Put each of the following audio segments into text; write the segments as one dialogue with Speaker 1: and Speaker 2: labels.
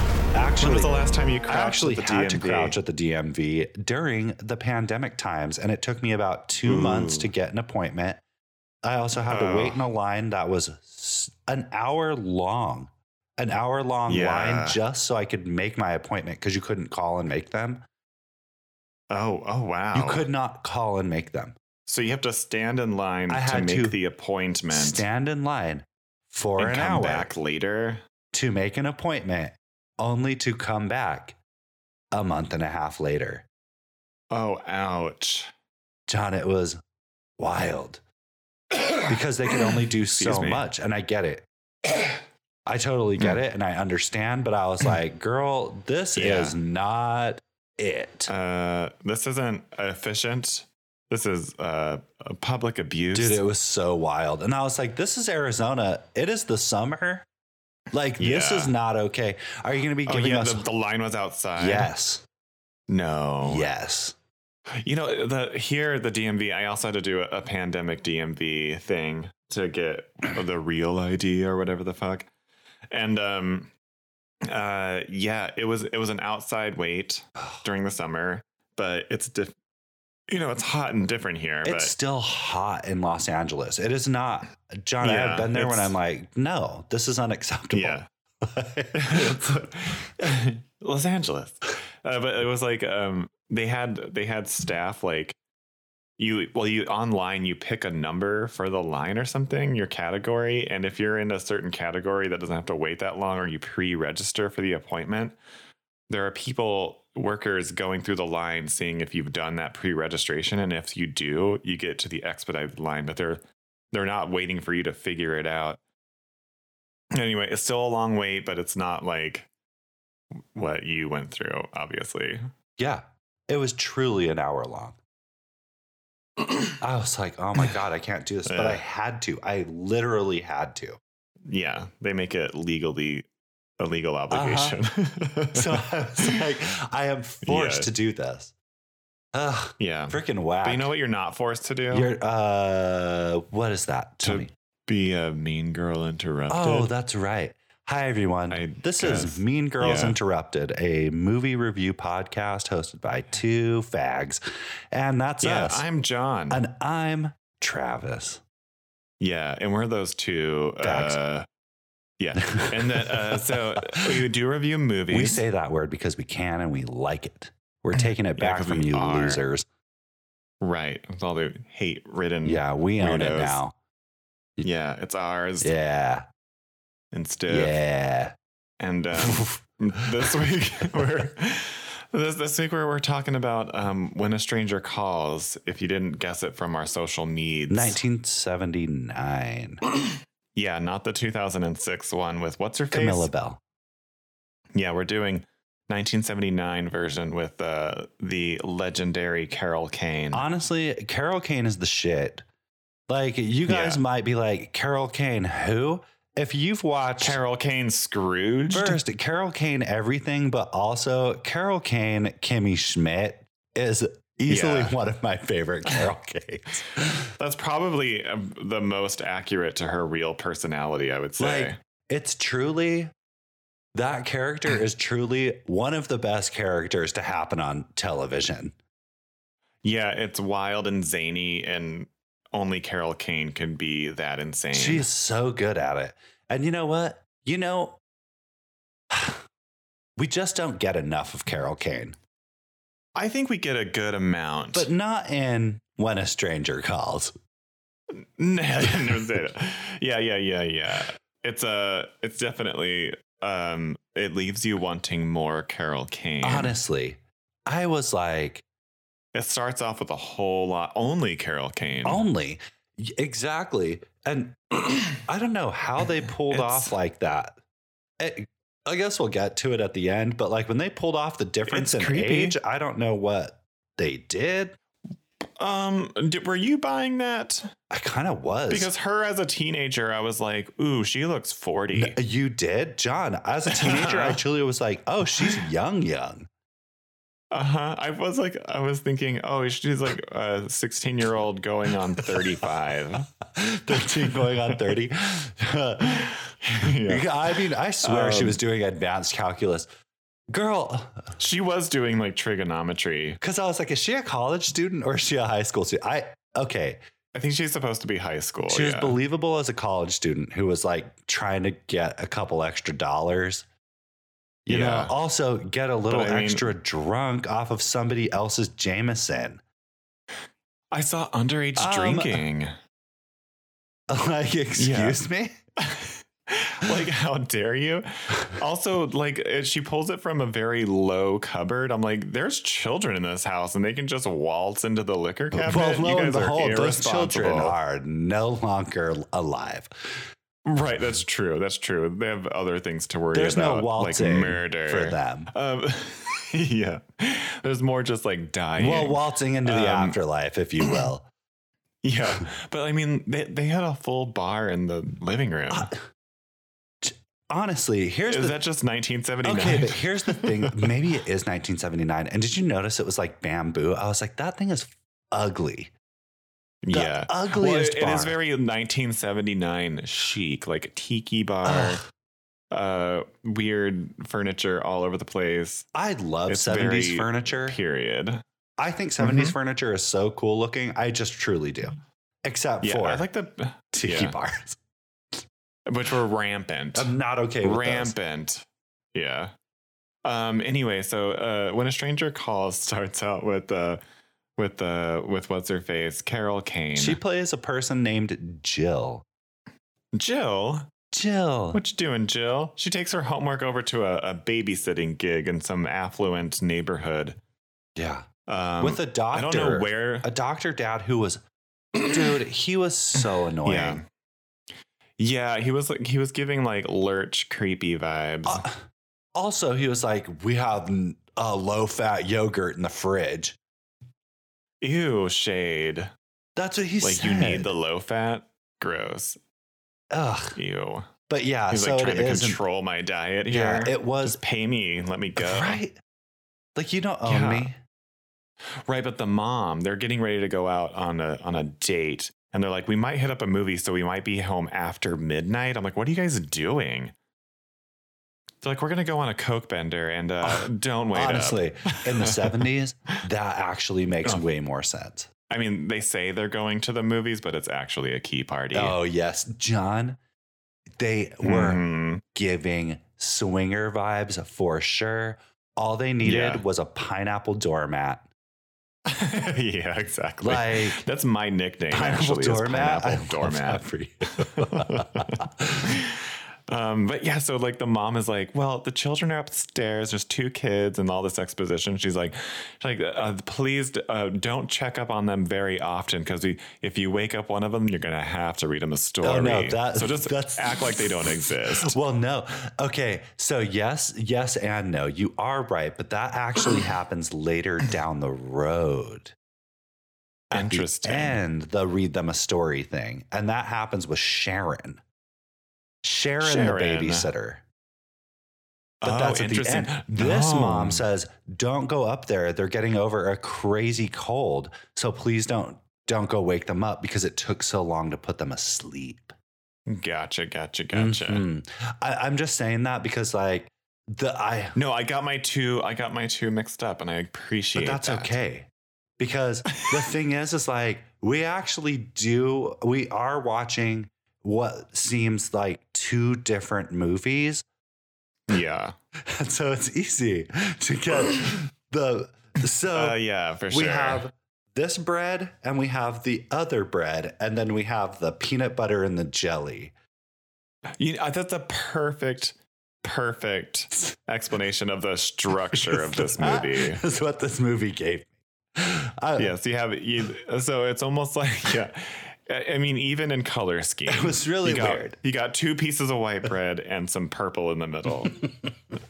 Speaker 1: When
Speaker 2: actually
Speaker 1: was the last time you
Speaker 2: I
Speaker 1: crouched
Speaker 2: actually
Speaker 1: at the
Speaker 2: had to
Speaker 1: DMV?
Speaker 2: crouch at the DMV during the pandemic times, and it took me about two months to get an appointment. I also had to
Speaker 1: Oh.
Speaker 2: wait in a line that was s- an hour long, an hour long
Speaker 1: Yeah.
Speaker 2: line just so I could make my appointment because you couldn't call and make them.
Speaker 1: Oh, oh wow.
Speaker 2: You could not call and make them.
Speaker 1: So you have to stand in line
Speaker 2: I
Speaker 1: to
Speaker 2: had
Speaker 1: make
Speaker 2: to
Speaker 1: the appointment
Speaker 2: Stand in line for
Speaker 1: and
Speaker 2: an
Speaker 1: come
Speaker 2: hour
Speaker 1: back later.
Speaker 2: to make an appointment, only to come back a month and a half later.
Speaker 1: Oh, ouch.
Speaker 2: John, it was wild. because they could only do
Speaker 1: Excuse
Speaker 2: so
Speaker 1: me. Hmm.
Speaker 2: much. And I get it. I totally get it and I understand, but I was like, girl, this
Speaker 1: Yeah.
Speaker 2: is not it.
Speaker 1: Uh, this isn't efficient. This is uh, a public abuse.
Speaker 2: Dude, it was so wild. And I was like, this is Arizona. It is the summer. Like, this
Speaker 1: Yeah.
Speaker 2: is not okay. Are you going to be
Speaker 1: oh,
Speaker 2: giving
Speaker 1: yeah,
Speaker 2: us.
Speaker 1: the, Oh, the line was outside.
Speaker 2: yes.
Speaker 1: No.
Speaker 2: Yes.
Speaker 1: You know, the here at the DMV, I also had to do a, a pandemic DMV thing to get the real ID or whatever the fuck. And um uh yeah, it was it was an outside wait during the summer, but it's diff- you know, it's hot and different here,
Speaker 2: It's still hot in Los Angeles. It is not. John, I
Speaker 1: Yeah,
Speaker 2: have been there when
Speaker 1: it's-
Speaker 2: I'm like, no, this is
Speaker 1: but
Speaker 2: unacceptable.
Speaker 1: yeah. It's- Los Angeles. Uh, but it was like um they had they had staff like you well you online you pick a number for the line or something your category and if you're in a certain category that doesn't have to wait that long or you pre-register for the appointment there are people workers going through the line seeing if you've done that pre-registration and if you do you get to the expedited line but they're they're not waiting for you to figure it out anyway it's still a long wait but it's not like what you went through obviously
Speaker 2: Yeah. It was truly an hour long. I was like, oh my God, I can't do this. But I
Speaker 1: Yeah.
Speaker 2: had to. I literally had to.
Speaker 1: yeah they make it legally a legal obligation
Speaker 2: Uh-huh. So I was like, I am forced
Speaker 1: Yeah.
Speaker 2: to do this. Ugh,
Speaker 1: yeah
Speaker 2: freaking whack.
Speaker 1: but you know what you're not forced to do
Speaker 2: You're, uh, what is that?
Speaker 1: To
Speaker 2: Tell me.
Speaker 1: be a mean girl interrupted
Speaker 2: Oh, that's right. Hi, everyone.
Speaker 1: I
Speaker 2: this
Speaker 1: guess.
Speaker 2: is Mean Girls
Speaker 1: Yeah.
Speaker 2: Interrupted, a movie review podcast hosted by two fags. And that's
Speaker 1: yeah
Speaker 2: us.
Speaker 1: i'm john
Speaker 2: and I'm Travis.
Speaker 1: yeah and we're those two
Speaker 2: Facts.
Speaker 1: uh yeah and then uh so we do review movies
Speaker 2: We say that word because we can and we like it. We're taking it
Speaker 1: Yeah,
Speaker 2: back
Speaker 1: 'cause
Speaker 2: from
Speaker 1: we
Speaker 2: you
Speaker 1: are.
Speaker 2: losers.
Speaker 1: right with all the hate ridden
Speaker 2: Yeah, we own it
Speaker 1: Mm. Weirdos.
Speaker 2: now.
Speaker 1: yeah it's ours
Speaker 2: Yeah.
Speaker 1: and stuff
Speaker 2: Yeah.
Speaker 1: and um, this week we're this this week we're, we're talking about um, when a stranger calls if you didn't guess it from our social needs
Speaker 2: 1979.
Speaker 1: yeah not the 2006 one with what's her face
Speaker 2: Camilla Bell.
Speaker 1: yeah we're doing 1979 version with uh, the legendary carol kane
Speaker 2: Honestly, Carol Kane is the shit. Like, you guys
Speaker 1: Yeah.
Speaker 2: might be like, Carol Kane, who? If you've watched
Speaker 1: carol kane scrooge
Speaker 2: first Carol Kane everything, but also Carol Kane, Kimmy Schmidt is easily
Speaker 1: Yeah.
Speaker 2: one of my favorite Carol Kanes.
Speaker 1: that's probably uh, the most accurate to her real personality i would say
Speaker 2: Like, it's truly that character is truly one of the best characters to happen on television.
Speaker 1: Yeah, it's wild and zany, and only Carol Kane can be that insane.
Speaker 2: She is so good at it. And you know what? You know, we just don't get enough of Carol Kane,
Speaker 1: I think we get a good amount,
Speaker 2: but not in When a Stranger Calls.
Speaker 1: No, I didn't even say that. yeah, yeah, yeah, yeah. It's a, it's definitely, um, it leaves you wanting more Carol Kane.
Speaker 2: Honestly, I was like,
Speaker 1: It starts off with a whole lot only Carol Kane.
Speaker 2: only. Y- Exactly. And I don't know how they pulled
Speaker 1: It's-
Speaker 2: off like that. I- I guess we'll get to it at the end, but like when they pulled off the difference
Speaker 1: It's
Speaker 2: in
Speaker 1: creepy.
Speaker 2: age, I don't know what they did.
Speaker 1: um, d- were you buying that?
Speaker 2: I kind of was.
Speaker 1: Because her as a teenager, I was like, ooh, she looks forty.
Speaker 2: N- you did? John, as a teenager, I truly was like, oh, she's young, young.
Speaker 1: Uh huh. I was like, I was thinking, oh, she's like a 16 year old going on 35.
Speaker 2: 13 going on 30.
Speaker 1: yeah.
Speaker 2: I mean, I swear she
Speaker 1: Um,
Speaker 2: was doing advanced calculus. girl,
Speaker 1: She was doing like trigonometry.
Speaker 2: because I was like, is she a college student or is she a high school student? I okay,
Speaker 1: I think she's supposed to be high school.
Speaker 2: she was
Speaker 1: Oh, yeah.
Speaker 2: believable as a college student who was like trying to get a couple extra dollars. You
Speaker 1: Yeah.
Speaker 2: know, also get a little
Speaker 1: I mean-
Speaker 2: extra drunk off of somebody else's Jameson.
Speaker 1: I saw underage
Speaker 2: Um,
Speaker 1: drinking.
Speaker 2: Like, excuse me?
Speaker 1: like, how dare you? Also, like, it, she pulls it from a very low cupboard. I'm like, there's children in this house, and they can just waltz into the liquor cabinet.
Speaker 2: well, lo
Speaker 1: you
Speaker 2: and
Speaker 1: guys are
Speaker 2: behold, those
Speaker 1: irresponsible.
Speaker 2: children are no longer alive.
Speaker 1: right. That's true. That's true. They have other things to worry
Speaker 2: There's
Speaker 1: about,
Speaker 2: no waltzing
Speaker 1: like murder
Speaker 2: for them.
Speaker 1: Um, yeah, there's more just like dying.
Speaker 2: Well, waltzing into the
Speaker 1: Um,
Speaker 2: afterlife, if you will.
Speaker 1: yeah, but I mean, they they had a full bar in the living room.
Speaker 2: Uh, t- Honestly, here's
Speaker 1: Is
Speaker 2: the
Speaker 1: that just 1979?
Speaker 2: Okay, but here's the thing. Maybe it is 1979. And did you notice it was like bamboo? I was like, that thing is ugly. The
Speaker 1: yeah. Well,
Speaker 2: ugliest
Speaker 1: it, it is
Speaker 2: bar.
Speaker 1: very 1979 chic, like a tiki bar,
Speaker 2: Ugh.
Speaker 1: uh, weird furniture all over the place.
Speaker 2: I love
Speaker 1: It's
Speaker 2: 70s
Speaker 1: very Mm-hmm.
Speaker 2: furniture.
Speaker 1: Period.
Speaker 2: I think 70s furniture is so cool looking. I just truly do. Except
Speaker 1: Yeah,
Speaker 2: for
Speaker 1: I like the
Speaker 2: tiki
Speaker 1: yeah.
Speaker 2: bars.
Speaker 1: which were rampant,
Speaker 2: I'm not okay with those.
Speaker 1: rampant. Yeah. Um. Anyway, so uh, when a stranger calls, starts out with uh, with uh, with what's her face, Carol Kane,
Speaker 2: She plays a person named Jill.
Speaker 1: Jill.
Speaker 2: Jill.
Speaker 1: What you doing, Jill? She takes her homework over to a, a babysitting gig in some affluent neighborhood.
Speaker 2: yeah.
Speaker 1: Um,
Speaker 2: with a doctor.
Speaker 1: I don't know where.
Speaker 2: A doctor dad who was, dude, he was so annoying.
Speaker 1: Yeah. Yeah, he was like he was giving like lurch creepy vibes.
Speaker 2: Uh, also, he was like, "We have n- a low-fat yogurt in the fridge."
Speaker 1: Ew, shade.
Speaker 2: That's what he
Speaker 1: Like
Speaker 2: said.
Speaker 1: you need the low fat. Gross.
Speaker 2: Ugh.
Speaker 1: Ew.
Speaker 2: But yeah,
Speaker 1: He's
Speaker 2: so
Speaker 1: like trying
Speaker 2: it
Speaker 1: to
Speaker 2: is.
Speaker 1: control my diet here.
Speaker 2: yeah, it was
Speaker 1: Just pay me. Let me go.
Speaker 2: right. Like you don't own
Speaker 1: Yeah.
Speaker 2: me.
Speaker 1: Right, but the mom, they're getting ready to go out on a on a date, and they're like, "We might hit up a movie, so we might be home after midnight." I'm like, "What are you guys doing?" They're like, "We're gonna go on a coke bender, and uh, don't wait." up."
Speaker 2: Honestly, in the seventies, that actually makes
Speaker 1: Oh.
Speaker 2: way more sense.
Speaker 1: I mean, they say they're going to the movies, but it's actually a key party.
Speaker 2: Oh yes, John. They were
Speaker 1: Mhm.
Speaker 2: giving swinger vibes for sure. All they needed
Speaker 1: Yeah.
Speaker 2: was a pineapple doormat.
Speaker 1: yeah, exactly.
Speaker 2: Like
Speaker 1: That's my nickname.
Speaker 2: pineapple
Speaker 1: actually, is
Speaker 2: doormat.
Speaker 1: Pineapple
Speaker 2: I love that
Speaker 1: doormat.
Speaker 2: for you.
Speaker 1: um, but yeah, so like the mom is like, well, the children are upstairs. There's two kids and all this exposition. She's like, she's like, uh, please uh, don't check up on them very often because if you wake up one of them, you're gonna have to read them a story.
Speaker 2: Oh no, that,
Speaker 1: so just
Speaker 2: that's,
Speaker 1: act like they don't exist.
Speaker 2: Well, no. Okay, so yes, yes, and no. You are right, but that actually happens later down the road.
Speaker 1: Interesting.
Speaker 2: And the read them a story thing, and that happens with Sharon. Sharon,
Speaker 1: Sharon.
Speaker 2: the babysitter. But
Speaker 1: Oh,
Speaker 2: that's at the
Speaker 1: interesting. Oh.
Speaker 2: end. This
Speaker 1: No.
Speaker 2: mom says, "Don't go up there. They're getting over a crazy cold, so please don't don't go wake them up because it took so long to put them asleep."
Speaker 1: Gotcha, gotcha, gotcha.
Speaker 2: Mhm. I, I'm just saying that because like the I
Speaker 1: No, I got my two. I got my two mixed up, and I appreciate.
Speaker 2: but that's
Speaker 1: that.
Speaker 2: okay. Because the thing is is like we actually do we are watching what seems like two different movies.
Speaker 1: Yeah.
Speaker 2: And so it's easy to get the so
Speaker 1: Uh, yeah, for sure.
Speaker 2: we have this bread and we have the other bread and then we have the peanut butter and the jelly.
Speaker 1: You know, that's a perfect, perfect explanation of the structure of this movie.
Speaker 2: is what this movie gave me. Uh, I-
Speaker 1: Yes, you have. You, so it's almost like yeah. I I mean, even in color scheme,
Speaker 2: It was really
Speaker 1: you got,
Speaker 2: weird.
Speaker 1: You got two pieces of white bread and some purple in the middle,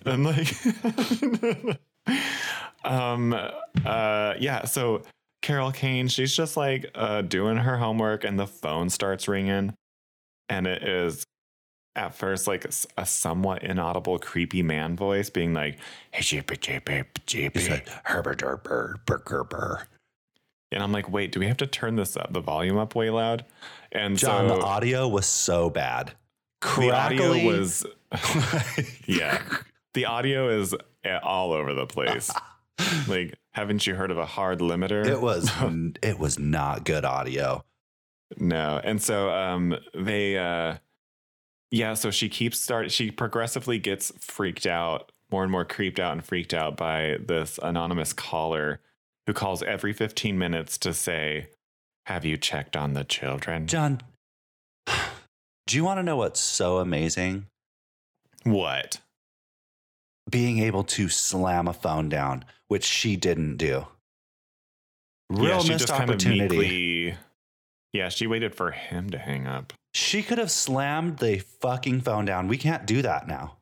Speaker 1: and like, um, uh, yeah. So Carol Kane, she's just like uh, doing her homework, and the phone starts ringing, and it is at first like s- a somewhat inaudible, creepy man voice being like, "Hey, jeepy, jeepy,
Speaker 2: It's
Speaker 1: jeepy."
Speaker 2: like Herbert Herbert Burger Burr.
Speaker 1: And I'm like, wait, do we have to turn this up, the volume up way loud? And
Speaker 2: John,
Speaker 1: so
Speaker 2: the audio was so bad.
Speaker 1: the audio
Speaker 2: Crackly.
Speaker 1: was, yeah. the audio is uh, all over the place. like, haven't you heard of a hard limiter?
Speaker 2: It was it was not good audio.
Speaker 1: No. And so um they uh yeah, so she keeps start she progressively gets freaked out, more and more creeped out and freaked out by this anonymous caller who calls every 15 minutes to say, "Have you checked on the children?"
Speaker 2: John, do you want to know what's so amazing?
Speaker 1: What?
Speaker 2: Being able to slam a phone down, which she didn't do. Real
Speaker 1: yeah, she
Speaker 2: missed
Speaker 1: just kind of
Speaker 2: opportunity.
Speaker 1: meekly Yeah, she waited for him to hang up.
Speaker 2: she could have slammed the fucking phone down. We can't do that now.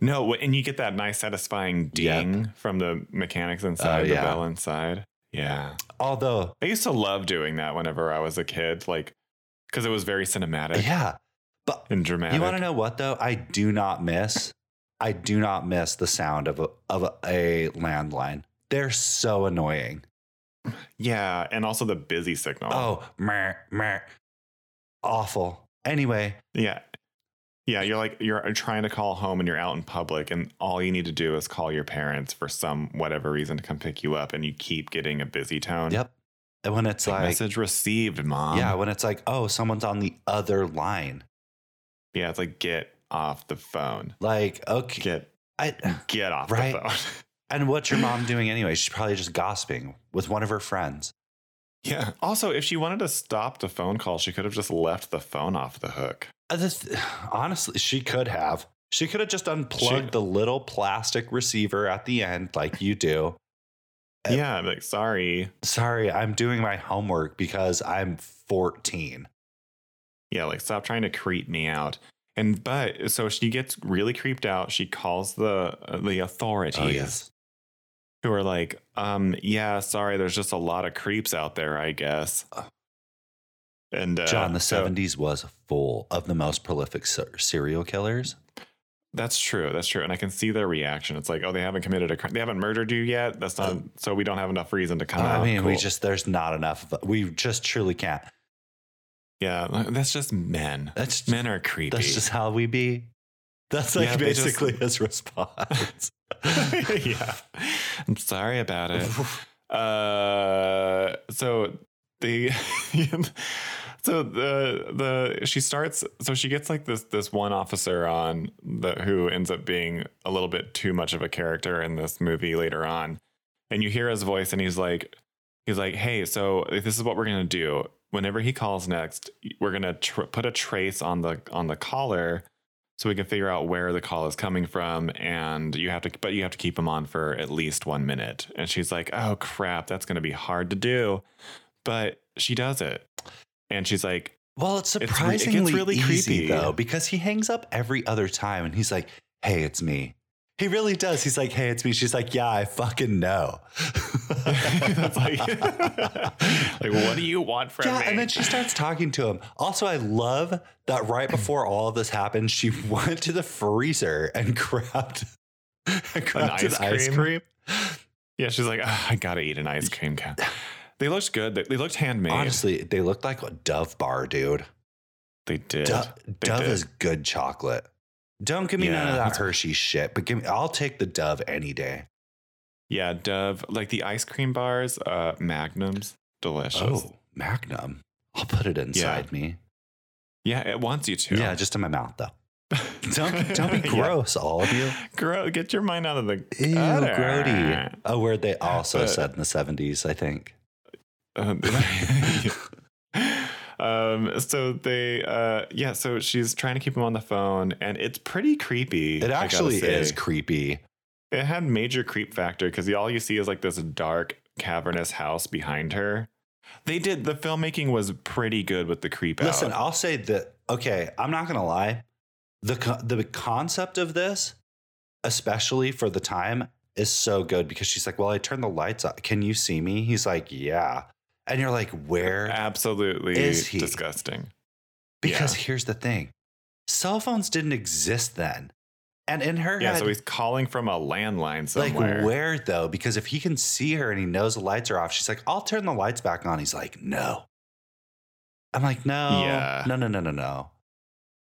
Speaker 1: No, wh- and you get that nice satisfying ding from the mechanics inside
Speaker 2: Oh, yeah.
Speaker 1: the bell inside. Yeah.
Speaker 2: Although,
Speaker 1: I used to love doing that whenever I was a kid, like because it was very cinematic
Speaker 2: yeah, but
Speaker 1: and dramatic.
Speaker 2: you want to know what though? I do not miss. I do not miss the sound of a, of a landline. They're so annoying.
Speaker 1: Yeah, and also the busy signal.
Speaker 2: Oh, meh, meh. awful. Anyway,
Speaker 1: yeah. Yeah, you're like you're trying to call home and you're out in public and all you need to do is call your parents for some whatever reason to come pick you up and you keep getting a busy tone.
Speaker 2: yep. And when it's like,
Speaker 1: Message received, mom.
Speaker 2: yeah, when it's like, oh, someone's on the other line.
Speaker 1: Yeah, it's like get off the phone.
Speaker 2: Like, okay,
Speaker 1: Get mm.
Speaker 2: I,
Speaker 1: get off
Speaker 2: Right.
Speaker 1: the phone.
Speaker 2: and what's your mom doing anyway? She's probably just gossiping with one of her friends.
Speaker 1: yeah. Also, if she wanted to stop the phone call, she could have just left the phone off the hook.
Speaker 2: Uh, the th- honestly, she could have. She could have just unplugged
Speaker 1: She-
Speaker 2: the little plastic receiver at the end, like you do. Uh,
Speaker 1: yeah, like sorry.
Speaker 2: Sorry, I'm doing my homework because I'm 14.
Speaker 1: Yeah, like stop trying to creep me out. And but so she gets really creeped out. She calls the uh, the authorities
Speaker 2: Oh,
Speaker 1: who are like, um, yeah, sorry, there's just a lot of creeps out there, I guess.
Speaker 2: Oh.
Speaker 1: And uh,
Speaker 2: John, the
Speaker 1: so-
Speaker 2: 70s was full of the most prolific ser- serial killers.
Speaker 1: That's true. That's true. And I can see their reaction. It's like, oh, they haven't committed a crime. They haven't murdered you yet. That's not. so we don't have enough reason to come out.
Speaker 2: Uh, I mean, we
Speaker 1: Cool.
Speaker 2: just, there's not enough. Of, we just truly can't.
Speaker 1: Yeah, like, that's just men.
Speaker 2: That's,
Speaker 1: Men are creepy.
Speaker 2: that's just how we be. That's like
Speaker 1: Yeah, they just-
Speaker 2: basically his response.
Speaker 1: yeah. I'm sorry about it. Uh, so the so the the she starts so she gets like this this one officer on the who ends up being a little bit too much of a character in this movie later on and you hear his voice and he's like he's like hey so this is what we're gonna do whenever he calls next we're gonna tr- put a trace on the on the caller so we can figure out where the call is coming from and you have to but you have to keep him on for at least one minute and she's like oh crap that's going to be hard to do but she does it and she's like
Speaker 2: Well, it's
Speaker 1: It's re- it gets
Speaker 2: surprisingly
Speaker 1: really
Speaker 2: easy
Speaker 1: creepy.
Speaker 2: though, because he hangs up every other time, and he's like, "Hey, it's me." He really does. He's like, "Hey, it's me." She's like, "Yeah, I fucking know."
Speaker 1: that's like like what do you want from
Speaker 2: Yeah,
Speaker 1: me
Speaker 2: and then she starts talking to him. Also, I love that right before all of this happened, she went to the freezer and grabbed, and grabbed an,
Speaker 1: ice
Speaker 2: ice, cream.
Speaker 1: cream? yeah she's like "Ugh, i gotta eat an ice cream cone they looked good they, they looked handmade
Speaker 2: Honestly, they look like a Dove bar, dude.
Speaker 1: they did
Speaker 2: Dove,
Speaker 1: They
Speaker 2: Dove
Speaker 1: did.
Speaker 2: is good chocolate. Don't give me none
Speaker 1: Yeah,
Speaker 2: of that
Speaker 1: that's-
Speaker 2: Hershey shit, but give me. I'll take the Dove any day.
Speaker 1: yeah dove like the ice cream bars uh magnums delicious
Speaker 2: Oh, Magnum. I'll put it inside me.
Speaker 1: yeah it wants you to
Speaker 2: Yeah, just in my mouth though. Don't don't be gross, all of you.
Speaker 1: Grow, get your mind out of the
Speaker 2: Ew,
Speaker 1: gutter.
Speaker 2: grody. A word they also
Speaker 1: But-
Speaker 2: said in the seventies, I think.
Speaker 1: Um, um, so they, uh, yeah. So she's trying to keep him on the phone, and it's pretty creepy. I
Speaker 2: It
Speaker 1: gotta
Speaker 2: actually
Speaker 1: say.
Speaker 2: is creepy.
Speaker 1: It had major creep factor because all you see is like this dark, cavernous house behind her. They did the filmmaking was pretty good with the creep
Speaker 2: Listen,
Speaker 1: out.
Speaker 2: I'll say that. Okay, I'm not gonna lie. The co- the concept of this, especially for the time, is so good because she's like, "Well, I turned the lights on. Can you see me?" He's like, "Yeah," and you're like, "Where?"
Speaker 1: Absolutely
Speaker 2: Is he?
Speaker 1: disgusting.
Speaker 2: Because here's the thing cell phones didn't exist then. And in her
Speaker 1: Yeah,
Speaker 2: head,
Speaker 1: so he's calling from a landline
Speaker 2: like,
Speaker 1: somewhere.
Speaker 2: where though? Because if he can see her and he knows the lights are off, she's like, I'll turn the lights back on. He's like, no. I'm like, no,
Speaker 1: Yeah.
Speaker 2: no, no, no, no, no.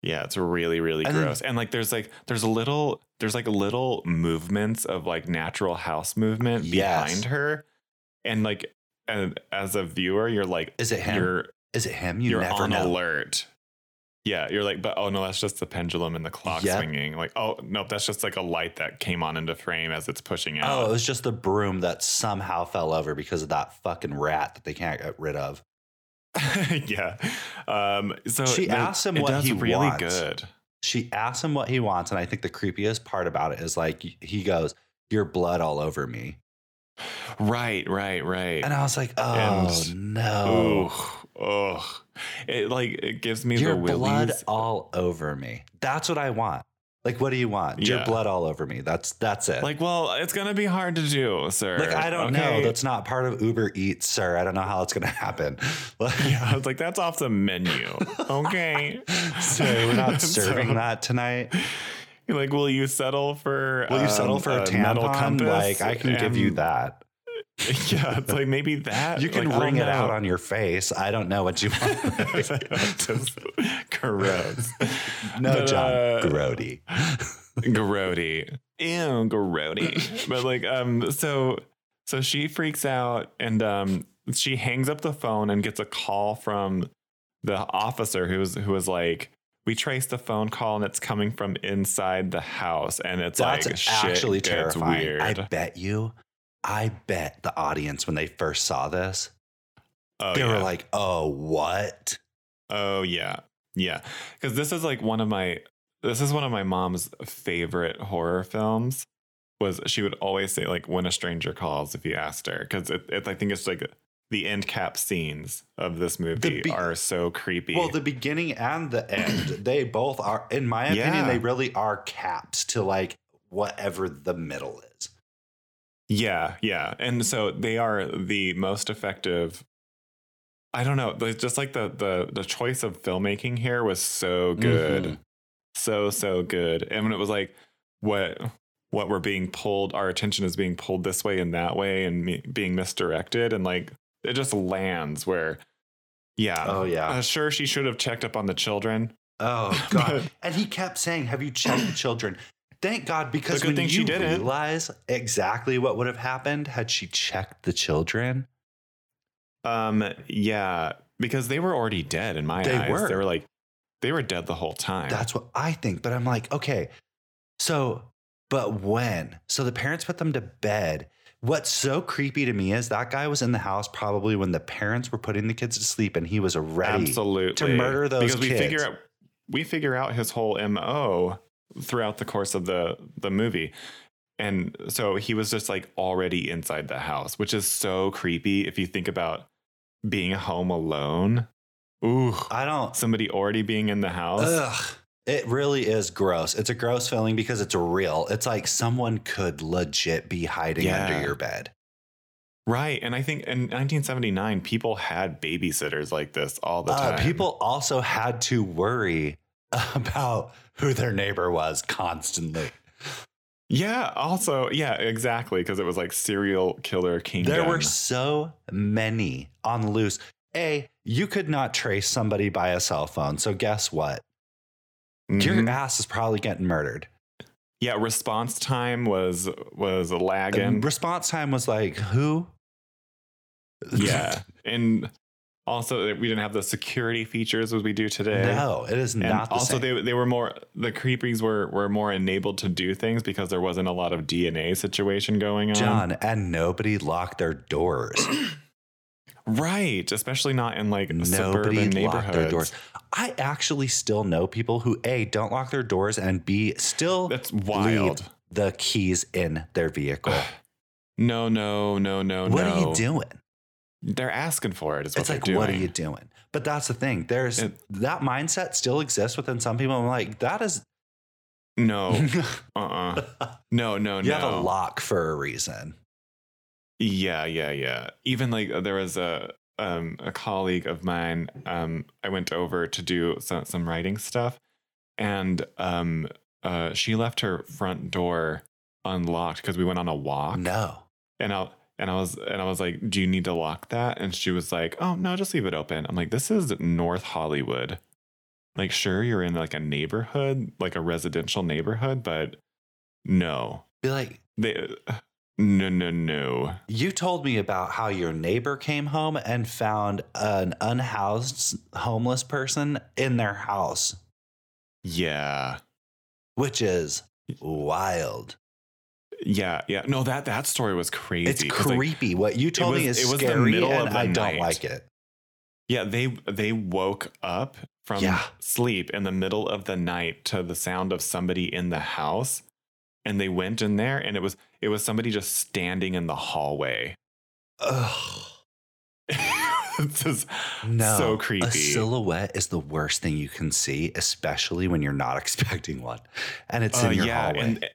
Speaker 1: Yeah, it's really, really
Speaker 2: And then-
Speaker 1: gross. and like there's like there's little there's like little movements of like natural house movement
Speaker 2: Yes.
Speaker 1: behind her. And like and as a viewer, you're like
Speaker 2: Is it him?
Speaker 1: you're
Speaker 2: Is it him? You
Speaker 1: you are
Speaker 2: never
Speaker 1: on
Speaker 2: know.
Speaker 1: alert. Yeah, you're like, but oh no, that's just the pendulum and the clock
Speaker 2: Yep.
Speaker 1: swinging. Like, oh nope, that's just like a light that came on into frame as it's pushing
Speaker 2: Oh,
Speaker 1: out.
Speaker 2: it was just the broom that somehow fell over because of that fucking rat that they can't get rid of.
Speaker 1: yeah. Um, so
Speaker 2: She
Speaker 1: no,
Speaker 2: asks him
Speaker 1: it
Speaker 2: what
Speaker 1: does
Speaker 2: he
Speaker 1: really
Speaker 2: wants.
Speaker 1: good.
Speaker 2: She asks him what he wants, and I think the creepiest part about it is like he goes, "Your blood all over me,"
Speaker 1: Right, right, right.
Speaker 2: and I was like, "Oh no,
Speaker 1: Oh, oh. It like it gives me
Speaker 2: your
Speaker 1: the willies.
Speaker 2: blood all over me." That's what I want. Like, what do you want?
Speaker 1: Yeah.
Speaker 2: Your blood all over me. That's that's it.
Speaker 1: Like, well, it's gonna be hard to do, sir.
Speaker 2: Like, I don't know.
Speaker 1: Okay?
Speaker 2: That's not part of Uber Eats, sir. I don't know how it's gonna happen. Like,
Speaker 1: yeah, I was like, that's off the menu. Okay.
Speaker 2: so we're not
Speaker 1: So-
Speaker 2: serving that tonight.
Speaker 1: You're like, will you settle for
Speaker 2: Will you settle
Speaker 1: um,
Speaker 2: for a,
Speaker 1: metal
Speaker 2: tampon?
Speaker 1: compass?
Speaker 2: Like I can give you
Speaker 1: And-
Speaker 2: that.
Speaker 1: Yeah, it's like maybe that
Speaker 2: You can
Speaker 1: like, I
Speaker 2: wring it
Speaker 1: don't
Speaker 2: out
Speaker 1: know.
Speaker 2: on your face. I don't know what you want.
Speaker 1: Just gross.
Speaker 2: no,
Speaker 1: But,
Speaker 2: John
Speaker 1: uh,
Speaker 2: Grody.
Speaker 1: Grody. Ew, Grody. but like, um, so so she freaks out and um she hangs up the phone and gets a call from the officer who was who was like, We traced the phone call and it's coming from inside the house. And it's
Speaker 2: That's
Speaker 1: like shit
Speaker 2: actually
Speaker 1: gets
Speaker 2: terrifying.
Speaker 1: Weird.
Speaker 2: I bet you. I bet the audience when they first saw this,
Speaker 1: oh,
Speaker 2: they
Speaker 1: yeah.
Speaker 2: were like, "Oh, what?"
Speaker 1: Oh yeah. Yeah. Cuz this is like one of my this is one of my mom's favorite horror films was she would always say like when a stranger calls if you asked her cuz it, it I think it's like the end cap scenes of this movie
Speaker 2: be-
Speaker 1: are so creepy.
Speaker 2: Well, the beginning and the end, they both are, in my opinion,
Speaker 1: Yeah.
Speaker 2: they really are caps to like whatever the middle is.
Speaker 1: yeah, yeah. And so they are the most effective I don't know, like, just like the the the choice of filmmaking here was so good.
Speaker 2: Mhm.
Speaker 1: so so good and when it was like what what we're being pulled our attention is being pulled this way and that way and me, being misdirected and like it just lands where yeah
Speaker 2: Oh yeah.
Speaker 1: Uh, sure she should have checked up on the children
Speaker 2: Oh god! and he kept saying, "Have you checked the children?" Thank God, because
Speaker 1: But good
Speaker 2: when
Speaker 1: thing
Speaker 2: you
Speaker 1: she didn't.
Speaker 2: realize exactly what would have happened had she checked the children,
Speaker 1: um yeah because they were already dead in my
Speaker 2: They
Speaker 1: eyes
Speaker 2: were.
Speaker 1: they were like they were dead the whole time
Speaker 2: that's what I think. But I'm like, okay, so but when? So the parents put them to bed. What's so creepy to me is that guy was in the house probably when the parents were putting the kids to sleep, and he was ready.
Speaker 1: absolutely
Speaker 2: to murder those
Speaker 1: because we
Speaker 2: kids.
Speaker 1: figure out we figure out his whole mo throughout the course of the the movie and so he was just like already inside the house which is so creepy if you think about being home alone ooh
Speaker 2: I don't.
Speaker 1: somebody already being in the house
Speaker 2: Ugh. It really is gross. It's a gross feeling because it's real. It's like someone could legit be hiding
Speaker 1: Yeah.
Speaker 2: under your bed.
Speaker 1: right and i think in 1979 people had babysitters like this all the
Speaker 2: Uh,
Speaker 1: time
Speaker 2: people also had to worry about who their neighbor was constantly.
Speaker 1: yeah also yeah exactly because it was like serial killer king
Speaker 2: There were
Speaker 1: Gun.
Speaker 2: so many on the loose. A, you could not trace somebody by a cell phone. So guess what?
Speaker 1: Mhm.
Speaker 2: Your ass is probably getting murdered.
Speaker 1: Yeah, response time was was lagging.
Speaker 2: And response time was like, who?
Speaker 1: yeah, and also eh, we didn't have the security features as we do today.
Speaker 2: No, it is
Speaker 1: And
Speaker 2: not the
Speaker 1: also
Speaker 2: same.
Speaker 1: they they were more the creepies were were more enabled to do things because there wasn't a lot of DNA situation going on.
Speaker 2: John, and nobody locked their doors.
Speaker 1: Right, especially not in like
Speaker 2: Nobody
Speaker 1: suburban
Speaker 2: locked
Speaker 1: neighborhoods.
Speaker 2: their doors. I actually still know people who A don't lock their doors and B still
Speaker 1: That's wild.
Speaker 2: leave the keys in their vehicle.
Speaker 1: No, no, no, no,
Speaker 2: what
Speaker 1: Oh, no.
Speaker 2: are you doing?
Speaker 1: They're asking for it. Is what
Speaker 2: It's
Speaker 1: they're
Speaker 2: like,
Speaker 1: doing.
Speaker 2: what are you doing? But that's the thing. There's
Speaker 1: It-
Speaker 2: that mindset still exists within some people. I'm like, that is
Speaker 1: No,
Speaker 2: you
Speaker 1: uh, uh no, no, no.
Speaker 2: have a lock for a reason.
Speaker 1: Yeah, yeah, yeah. Even like uh, there was a um a colleague of mine um I went over to do some some writing stuff and um uh she left her front door unlocked cuz we went on a walk
Speaker 2: No.
Speaker 1: and I and I was and I was like, "Do you need to lock that?" And she was like, "Oh, no, just leave it open." I'm like, "This is North Hollywood." like sure you're in like a neighborhood, like a residential neighborhood, but no.
Speaker 2: Be like,
Speaker 1: They uh, no no no.
Speaker 2: you told me about how your neighbor came home and found an unhoused homeless person in their house,
Speaker 1: Yeah.
Speaker 2: which is wild.
Speaker 1: Yeah, yeah. No, that that story was crazy.
Speaker 2: it's
Speaker 1: 'cause, like,
Speaker 2: creepy. what you told me
Speaker 1: was-
Speaker 2: is
Speaker 1: it was the
Speaker 2: scary,
Speaker 1: middle
Speaker 2: and
Speaker 1: of the
Speaker 2: I don't
Speaker 1: night.
Speaker 2: like it.
Speaker 1: Yeah, they they woke up from
Speaker 2: Yeah.
Speaker 1: sleep in the middle of the night to the sound of somebody in the house, and they went in there, and it was it was somebody just standing in the hallway.
Speaker 2: Ugh,
Speaker 1: it's just
Speaker 2: no,
Speaker 1: so
Speaker 2: A
Speaker 1: creepy.
Speaker 2: silhouette is the worst thing you can see, especially when you're not expecting one, and it's
Speaker 1: Uh,
Speaker 2: in your
Speaker 1: yeah,
Speaker 2: hallway.
Speaker 1: and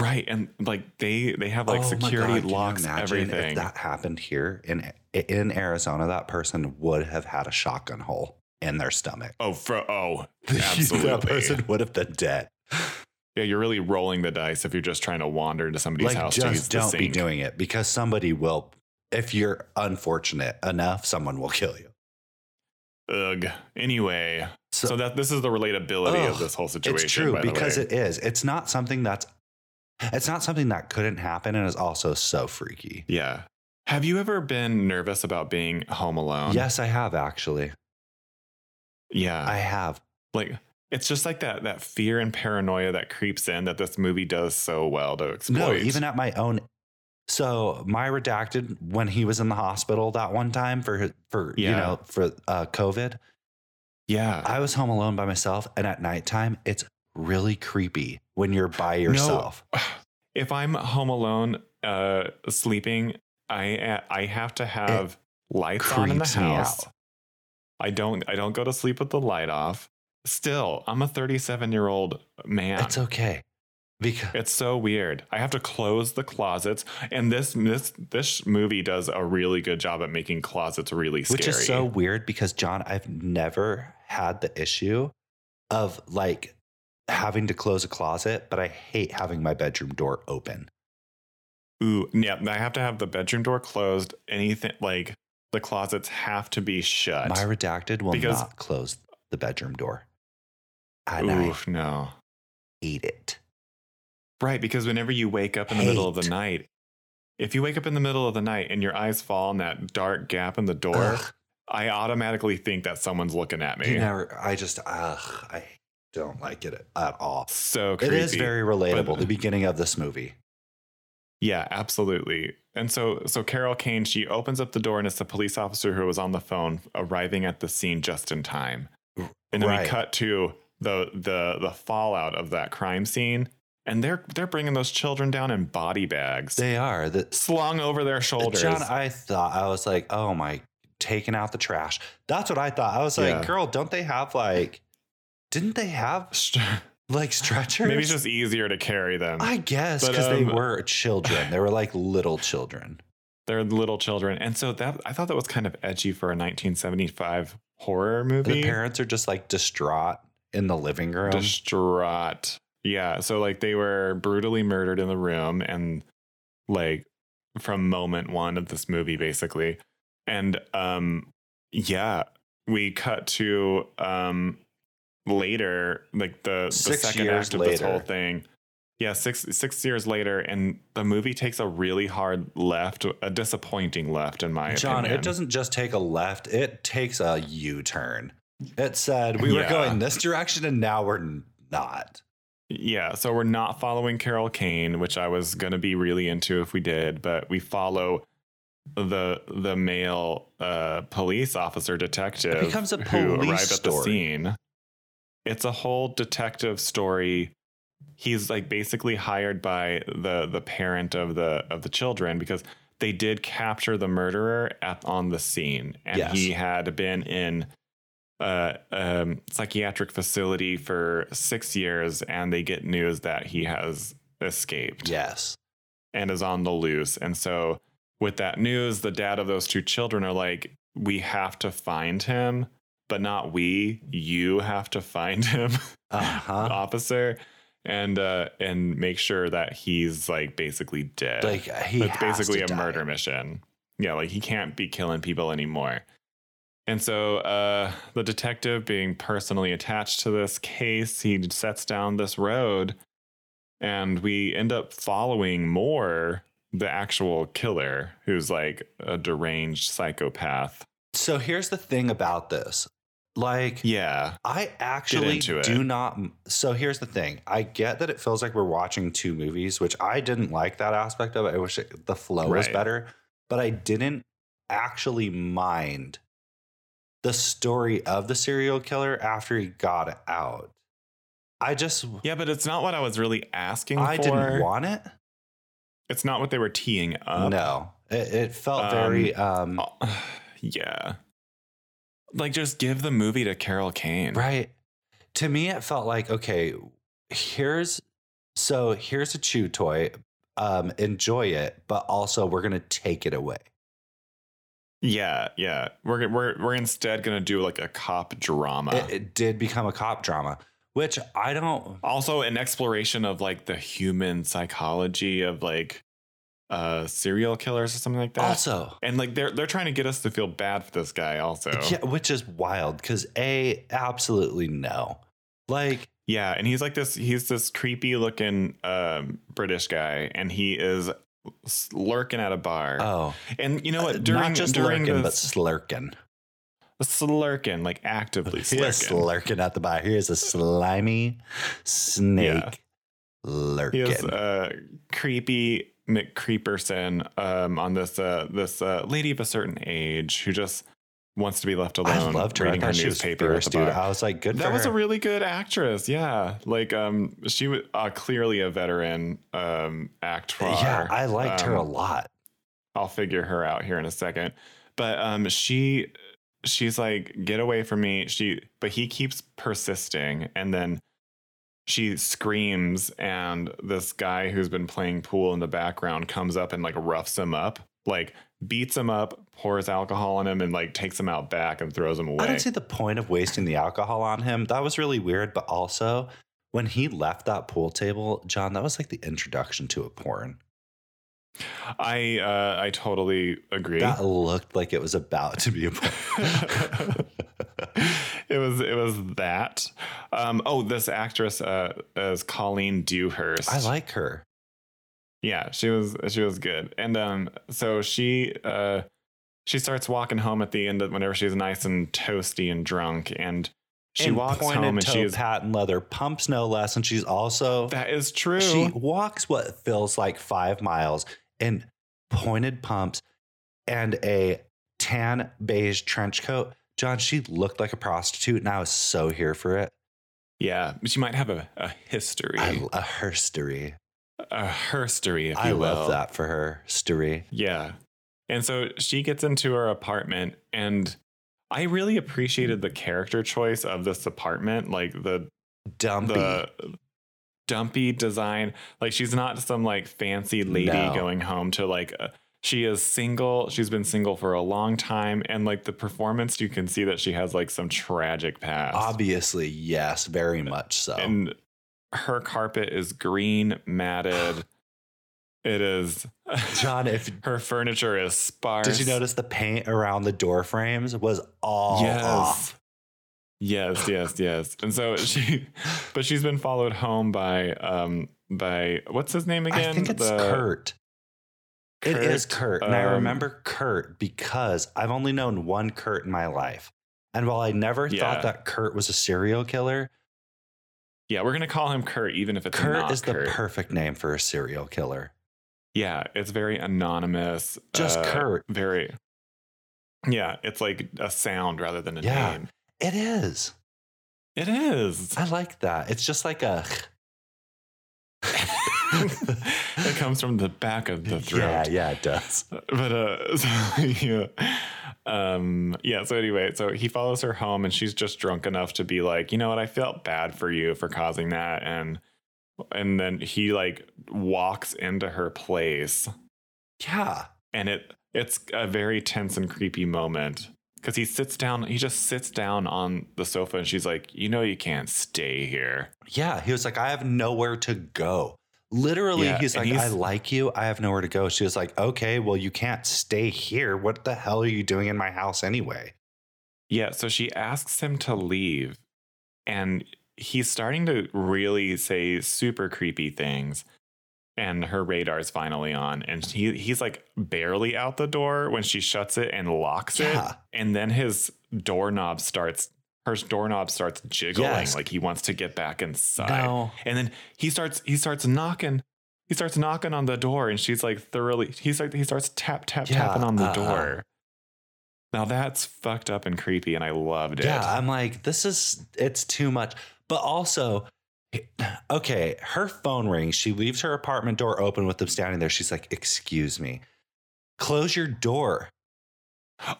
Speaker 1: right, and like they they have like
Speaker 2: Oh my
Speaker 1: security
Speaker 2: God, can you
Speaker 1: locks,
Speaker 2: imagine If
Speaker 1: everything.
Speaker 2: that happened here in in Arizona, that person would have had a shotgun hole in their stomach.
Speaker 1: oh, for oh,
Speaker 2: that
Speaker 1: absolutely.
Speaker 2: person would have been dead.
Speaker 1: yeah, you're really rolling the dice if you're just trying to wander into somebody's
Speaker 2: Like,
Speaker 1: house. to
Speaker 2: just
Speaker 1: use the
Speaker 2: don't be
Speaker 1: sink.
Speaker 2: doing it because somebody will. If you're unfortunate enough, someone will kill you.
Speaker 1: Ugh. Anyway,
Speaker 2: So,
Speaker 1: so, that this is the relatability of
Speaker 2: Ugh,
Speaker 1: this whole situation.
Speaker 2: it's true
Speaker 1: by the
Speaker 2: because
Speaker 1: way.
Speaker 2: it is. It's not something that's. It's not something that couldn't happen, and is also so freaky.
Speaker 1: yeah. Have you ever been nervous about being home alone?
Speaker 2: Yes, I have actually.
Speaker 1: Yeah.
Speaker 2: I have.
Speaker 1: like it's just like that that fear and paranoia that creeps in that this movie does so well to exploit.
Speaker 2: No, even at my own. So my redacted when he was in the hospital that one time for his- for you
Speaker 1: Yeah.
Speaker 2: know for uh, COVID,
Speaker 1: yeah.
Speaker 2: I was home alone by myself, and at nighttime it's really creepy when you're by yourself.
Speaker 1: if I'm home alone, uh, sleeping, I I have to have lights on in the
Speaker 2: creeps me
Speaker 1: house. I don't I don't go to sleep with the light off. Still, I'm a 37 year old man.
Speaker 2: It's okay because
Speaker 1: It's so weird. I have to close the closets, and this this this movie does a really good job at making closets really scary.
Speaker 2: which is so weird because John, I've never had the issue of like having to close a closet, but I hate having my bedroom door open.
Speaker 1: Ooh, yeah. I have to have the bedroom door closed. Anything like the closets have to be shut.
Speaker 2: my redacted will
Speaker 1: because-
Speaker 2: not close the bedroom door, and I
Speaker 1: Oof, no.
Speaker 2: hate it.
Speaker 1: Right, because whenever you wake up in the middle of the
Speaker 2: Hate.
Speaker 1: night, if you wake up in the middle of the night and your eyes fall on that dark gap in the door,
Speaker 2: Ugh,
Speaker 1: I automatically think that someone's looking at me.
Speaker 2: you never. I just. Ugh, I don't like it at all.
Speaker 1: so creepy.
Speaker 2: it is very relatable.
Speaker 1: but-
Speaker 2: the beginning of this movie.
Speaker 1: Yeah, absolutely. And so so Carol Kane, she opens up the door and it's the police officer who was on the phone arriving at the scene just in time. And then we
Speaker 2: Right.
Speaker 1: cut to the the the fallout of that crime scene and they're they're bringing those children down in body bags
Speaker 2: They are the
Speaker 1: slung over their shoulders.
Speaker 2: Uh, John. I thought I was like, oh my, taking out the trash. That's what I thought. I was like,
Speaker 1: Yeah.
Speaker 2: girl, don't they have like? Didn't they have like stretchers?
Speaker 1: Maybe it's just easier to carry them.
Speaker 2: I guess
Speaker 1: But,
Speaker 2: because they
Speaker 1: um,
Speaker 2: were children. They were like little children.
Speaker 1: They're little children. And so that I thought that was kind of edgy for a 1975 horror
Speaker 2: The
Speaker 1: movie.
Speaker 2: parents are just like distraught in the living room.
Speaker 1: distraught. Yeah. So like they were brutally murdered in the room and like from moment one of this movie, basically. And um yeah, we cut to um later, like the, the
Speaker 2: Six
Speaker 1: second
Speaker 2: years
Speaker 1: act of this whole
Speaker 2: later.
Speaker 1: thing. Yeah, six six years later, and the movie takes a really hard left, a disappointing left, in my
Speaker 2: John,
Speaker 1: opinion.
Speaker 2: it doesn't just take a left, it takes a U turn. It said we were
Speaker 1: Yeah.
Speaker 2: going this direction and now we're not.
Speaker 1: Yeah, so we're not following Carol Kane, which I was gonna be really into if we did, but we follow the the male uh, police officer detective
Speaker 2: It becomes a
Speaker 1: who
Speaker 2: police
Speaker 1: arrived at the
Speaker 2: story.
Speaker 1: scene. It's a whole detective story. He's like basically hired by the the parent of the of the children because they did capture the murderer at, on the scene, and
Speaker 2: Yes.
Speaker 1: he had been in uh, um, psychiatric facility for six years, and they get news that he has escaped
Speaker 2: Yes.
Speaker 1: and is on the loose. And so, with that news, the dad of those two children are like, "We have to find him, but not we. You have to find him,
Speaker 2: Uh-huh.
Speaker 1: officer, and uh, and make sure that he's like basically dead.
Speaker 2: Like he
Speaker 1: it's
Speaker 2: has
Speaker 1: basically
Speaker 2: to
Speaker 1: a
Speaker 2: die.
Speaker 1: murder mission. Yeah, like he can't be killing people anymore." And so uh, the detective, being personally attached to this case, he sets down this road and we end up following more the actual killer who's like a deranged psychopath.
Speaker 2: So here's the thing about this. Like,
Speaker 1: Yeah.
Speaker 2: I actually
Speaker 1: into it.
Speaker 2: do not. So here's the thing. I get that it feels like we're watching two movies, which I didn't like that aspect of it. I wish it, the flow was
Speaker 1: Right.
Speaker 2: better, but I didn't actually mind the story of the serial killer after he got out. I just,
Speaker 1: Yeah, but it's not what I was really asking
Speaker 2: I
Speaker 1: for.
Speaker 2: didn't want it.
Speaker 1: it's not what they were teeing up.
Speaker 2: no, it, it felt
Speaker 1: Um,
Speaker 2: very. Um,
Speaker 1: Oh, yeah. Like just give the movie to Carol Kane.
Speaker 2: Right. To me, it felt like, okay, here's so here's a chew toy. Um, enjoy it, but also we're gonna take it away.
Speaker 1: Yeah, yeah. We're we're we're instead gonna do like a cop drama.
Speaker 2: It, it did become a cop drama, which I don't.
Speaker 1: also an exploration of like the human psychology of like uh serial killers or something like that.
Speaker 2: Also,
Speaker 1: and like they're they're trying to get us to feel bad for this guy also.
Speaker 2: yeah, which is wild because a absolutely no, like
Speaker 1: Yeah, and he's like this he's this creepy looking um British guy and he is s- lurking at a bar.
Speaker 2: oh,
Speaker 1: and you know what? During
Speaker 2: not just
Speaker 1: during
Speaker 2: lurking, but
Speaker 1: this
Speaker 2: slurking.
Speaker 1: slurking, like actively
Speaker 2: He is
Speaker 1: slurking.
Speaker 2: slurking at the bar. Here's a slimy snake
Speaker 1: Yeah.
Speaker 2: lurking.
Speaker 1: He is uh, creepy McCreeperson um, on this uh, this uh, lady of a certain age who just wants to be left alone.
Speaker 2: I loved her. I
Speaker 1: Reading
Speaker 2: thought
Speaker 1: her
Speaker 2: she was
Speaker 1: newspaper at
Speaker 2: fierce,
Speaker 1: the
Speaker 2: dude.
Speaker 1: bar.
Speaker 2: I was like, good
Speaker 1: that
Speaker 2: for
Speaker 1: was
Speaker 2: her.
Speaker 1: a really good actress. Yeah, like um, she was uh, clearly a veteran um, actor.
Speaker 2: yeah, I liked her a
Speaker 1: Um,
Speaker 2: lot.
Speaker 1: I'll figure her out here in a second. But um she she's like, get away from me. She but he keeps persisting and then she screams and this guy who's been playing pool in the background comes up and like roughs him up, like beats him up, pours alcohol on him, and like takes him out back and throws him away.
Speaker 2: I don't see the point of wasting the alcohol on him. That was really weird. But also, when he left that pool table, John, that was like the introduction to a porn.
Speaker 1: I uh I totally agree.
Speaker 2: That looked like it was about to be a porn.
Speaker 1: it was it was that. Um oh this actress uh is Colleen Dewhurst.
Speaker 2: I like her.
Speaker 1: Yeah, she was she was good. And um so she uh she starts walking home at the end of whenever she's nice and toasty and drunk and she
Speaker 2: And
Speaker 1: walks
Speaker 2: pointed
Speaker 1: home and
Speaker 2: toe
Speaker 1: she is
Speaker 2: patent leather pumps no less, and she's also
Speaker 1: that is true.
Speaker 2: She walks what feels like five miles in pointed pumps and a tan beige trench coat. John, she looked like a prostitute, and I was so here for it.
Speaker 1: yeah, she might have a, a history.
Speaker 2: I, a herstory.
Speaker 1: a herstory, if you
Speaker 2: I
Speaker 1: will.
Speaker 2: love that for her. Story.
Speaker 1: Yeah. And so she gets into her apartment and I really appreciated the character choice of this apartment, like the
Speaker 2: Dumpy.
Speaker 1: the dumpy design. Like she's not some like fancy lady
Speaker 2: No.
Speaker 1: going home to like. A, she is single. She's been single for a long time, and like the performance, you can see that she has like some tragic past.
Speaker 2: Obviously, yes, very much so.
Speaker 1: And her carpet is green matted. it is.
Speaker 2: John, if
Speaker 1: her furniture is sparse.
Speaker 2: did you notice the paint around the door frames was all
Speaker 1: Yes.
Speaker 2: off?
Speaker 1: Yes, yes, yes. And so she, but she's been followed home by um by what's his name again?
Speaker 2: I think it's
Speaker 1: The-
Speaker 2: Kurt. It is Kurt. and I
Speaker 1: um,
Speaker 2: remember Kurt because I've only known one Kurt in my life. And while I never
Speaker 1: Yeah.
Speaker 2: thought that Kurt was a serial killer,
Speaker 1: Yeah, we're gonna call him Kurt, even if it's
Speaker 2: Kurt
Speaker 1: not
Speaker 2: is
Speaker 1: Kurt.
Speaker 2: the perfect name for a serial killer.
Speaker 1: yeah, it's very anonymous.
Speaker 2: Just
Speaker 1: uh,
Speaker 2: Kurt.
Speaker 1: Very. Yeah, it's like a sound rather than a
Speaker 2: Yeah.
Speaker 1: name.
Speaker 2: It is.
Speaker 1: It is.
Speaker 2: I like that. It's just like a.
Speaker 1: it comes from the back of the throat.
Speaker 2: Yeah, yeah, it does.
Speaker 1: but uh so, yeah um yeah so anyway so he follows her home and she's just drunk enough to be like you know what i felt bad for you for causing that and and then he like walks into her place
Speaker 2: Yeah.
Speaker 1: and it it's a very tense and creepy moment because he sits down he just sits down on the sofa and she's like you know you can't stay here
Speaker 2: Yeah. He was like, I have nowhere to go. Literally,
Speaker 1: Yeah,
Speaker 2: he's
Speaker 1: and
Speaker 2: like, I
Speaker 1: he's-
Speaker 2: like you. I have nowhere to go. She was like, okay, well, you can't stay here. What the hell are you doing in my house anyway?
Speaker 1: Yeah, so she asks him to leave, and he's starting to really say super creepy things. And her radar's finally on, and he he's like barely out the door when she shuts it and locks
Speaker 2: Yeah.
Speaker 1: it, and then his doorknob starts. Her doorknob starts jiggling
Speaker 2: Yes.
Speaker 1: like he wants to get back inside.
Speaker 2: No.
Speaker 1: And then he starts he starts knocking. He starts knocking on the door and she's like thoroughly he's like he starts tap tap
Speaker 2: Yeah,
Speaker 1: tapping on the
Speaker 2: uh-huh.
Speaker 1: door. Now that's fucked up and creepy and I loved it.
Speaker 2: Yeah, I'm like, this is it's too much. But also, okay, her phone rings. She leaves her apartment door open with them standing there. She's like, "Excuse me, close your door."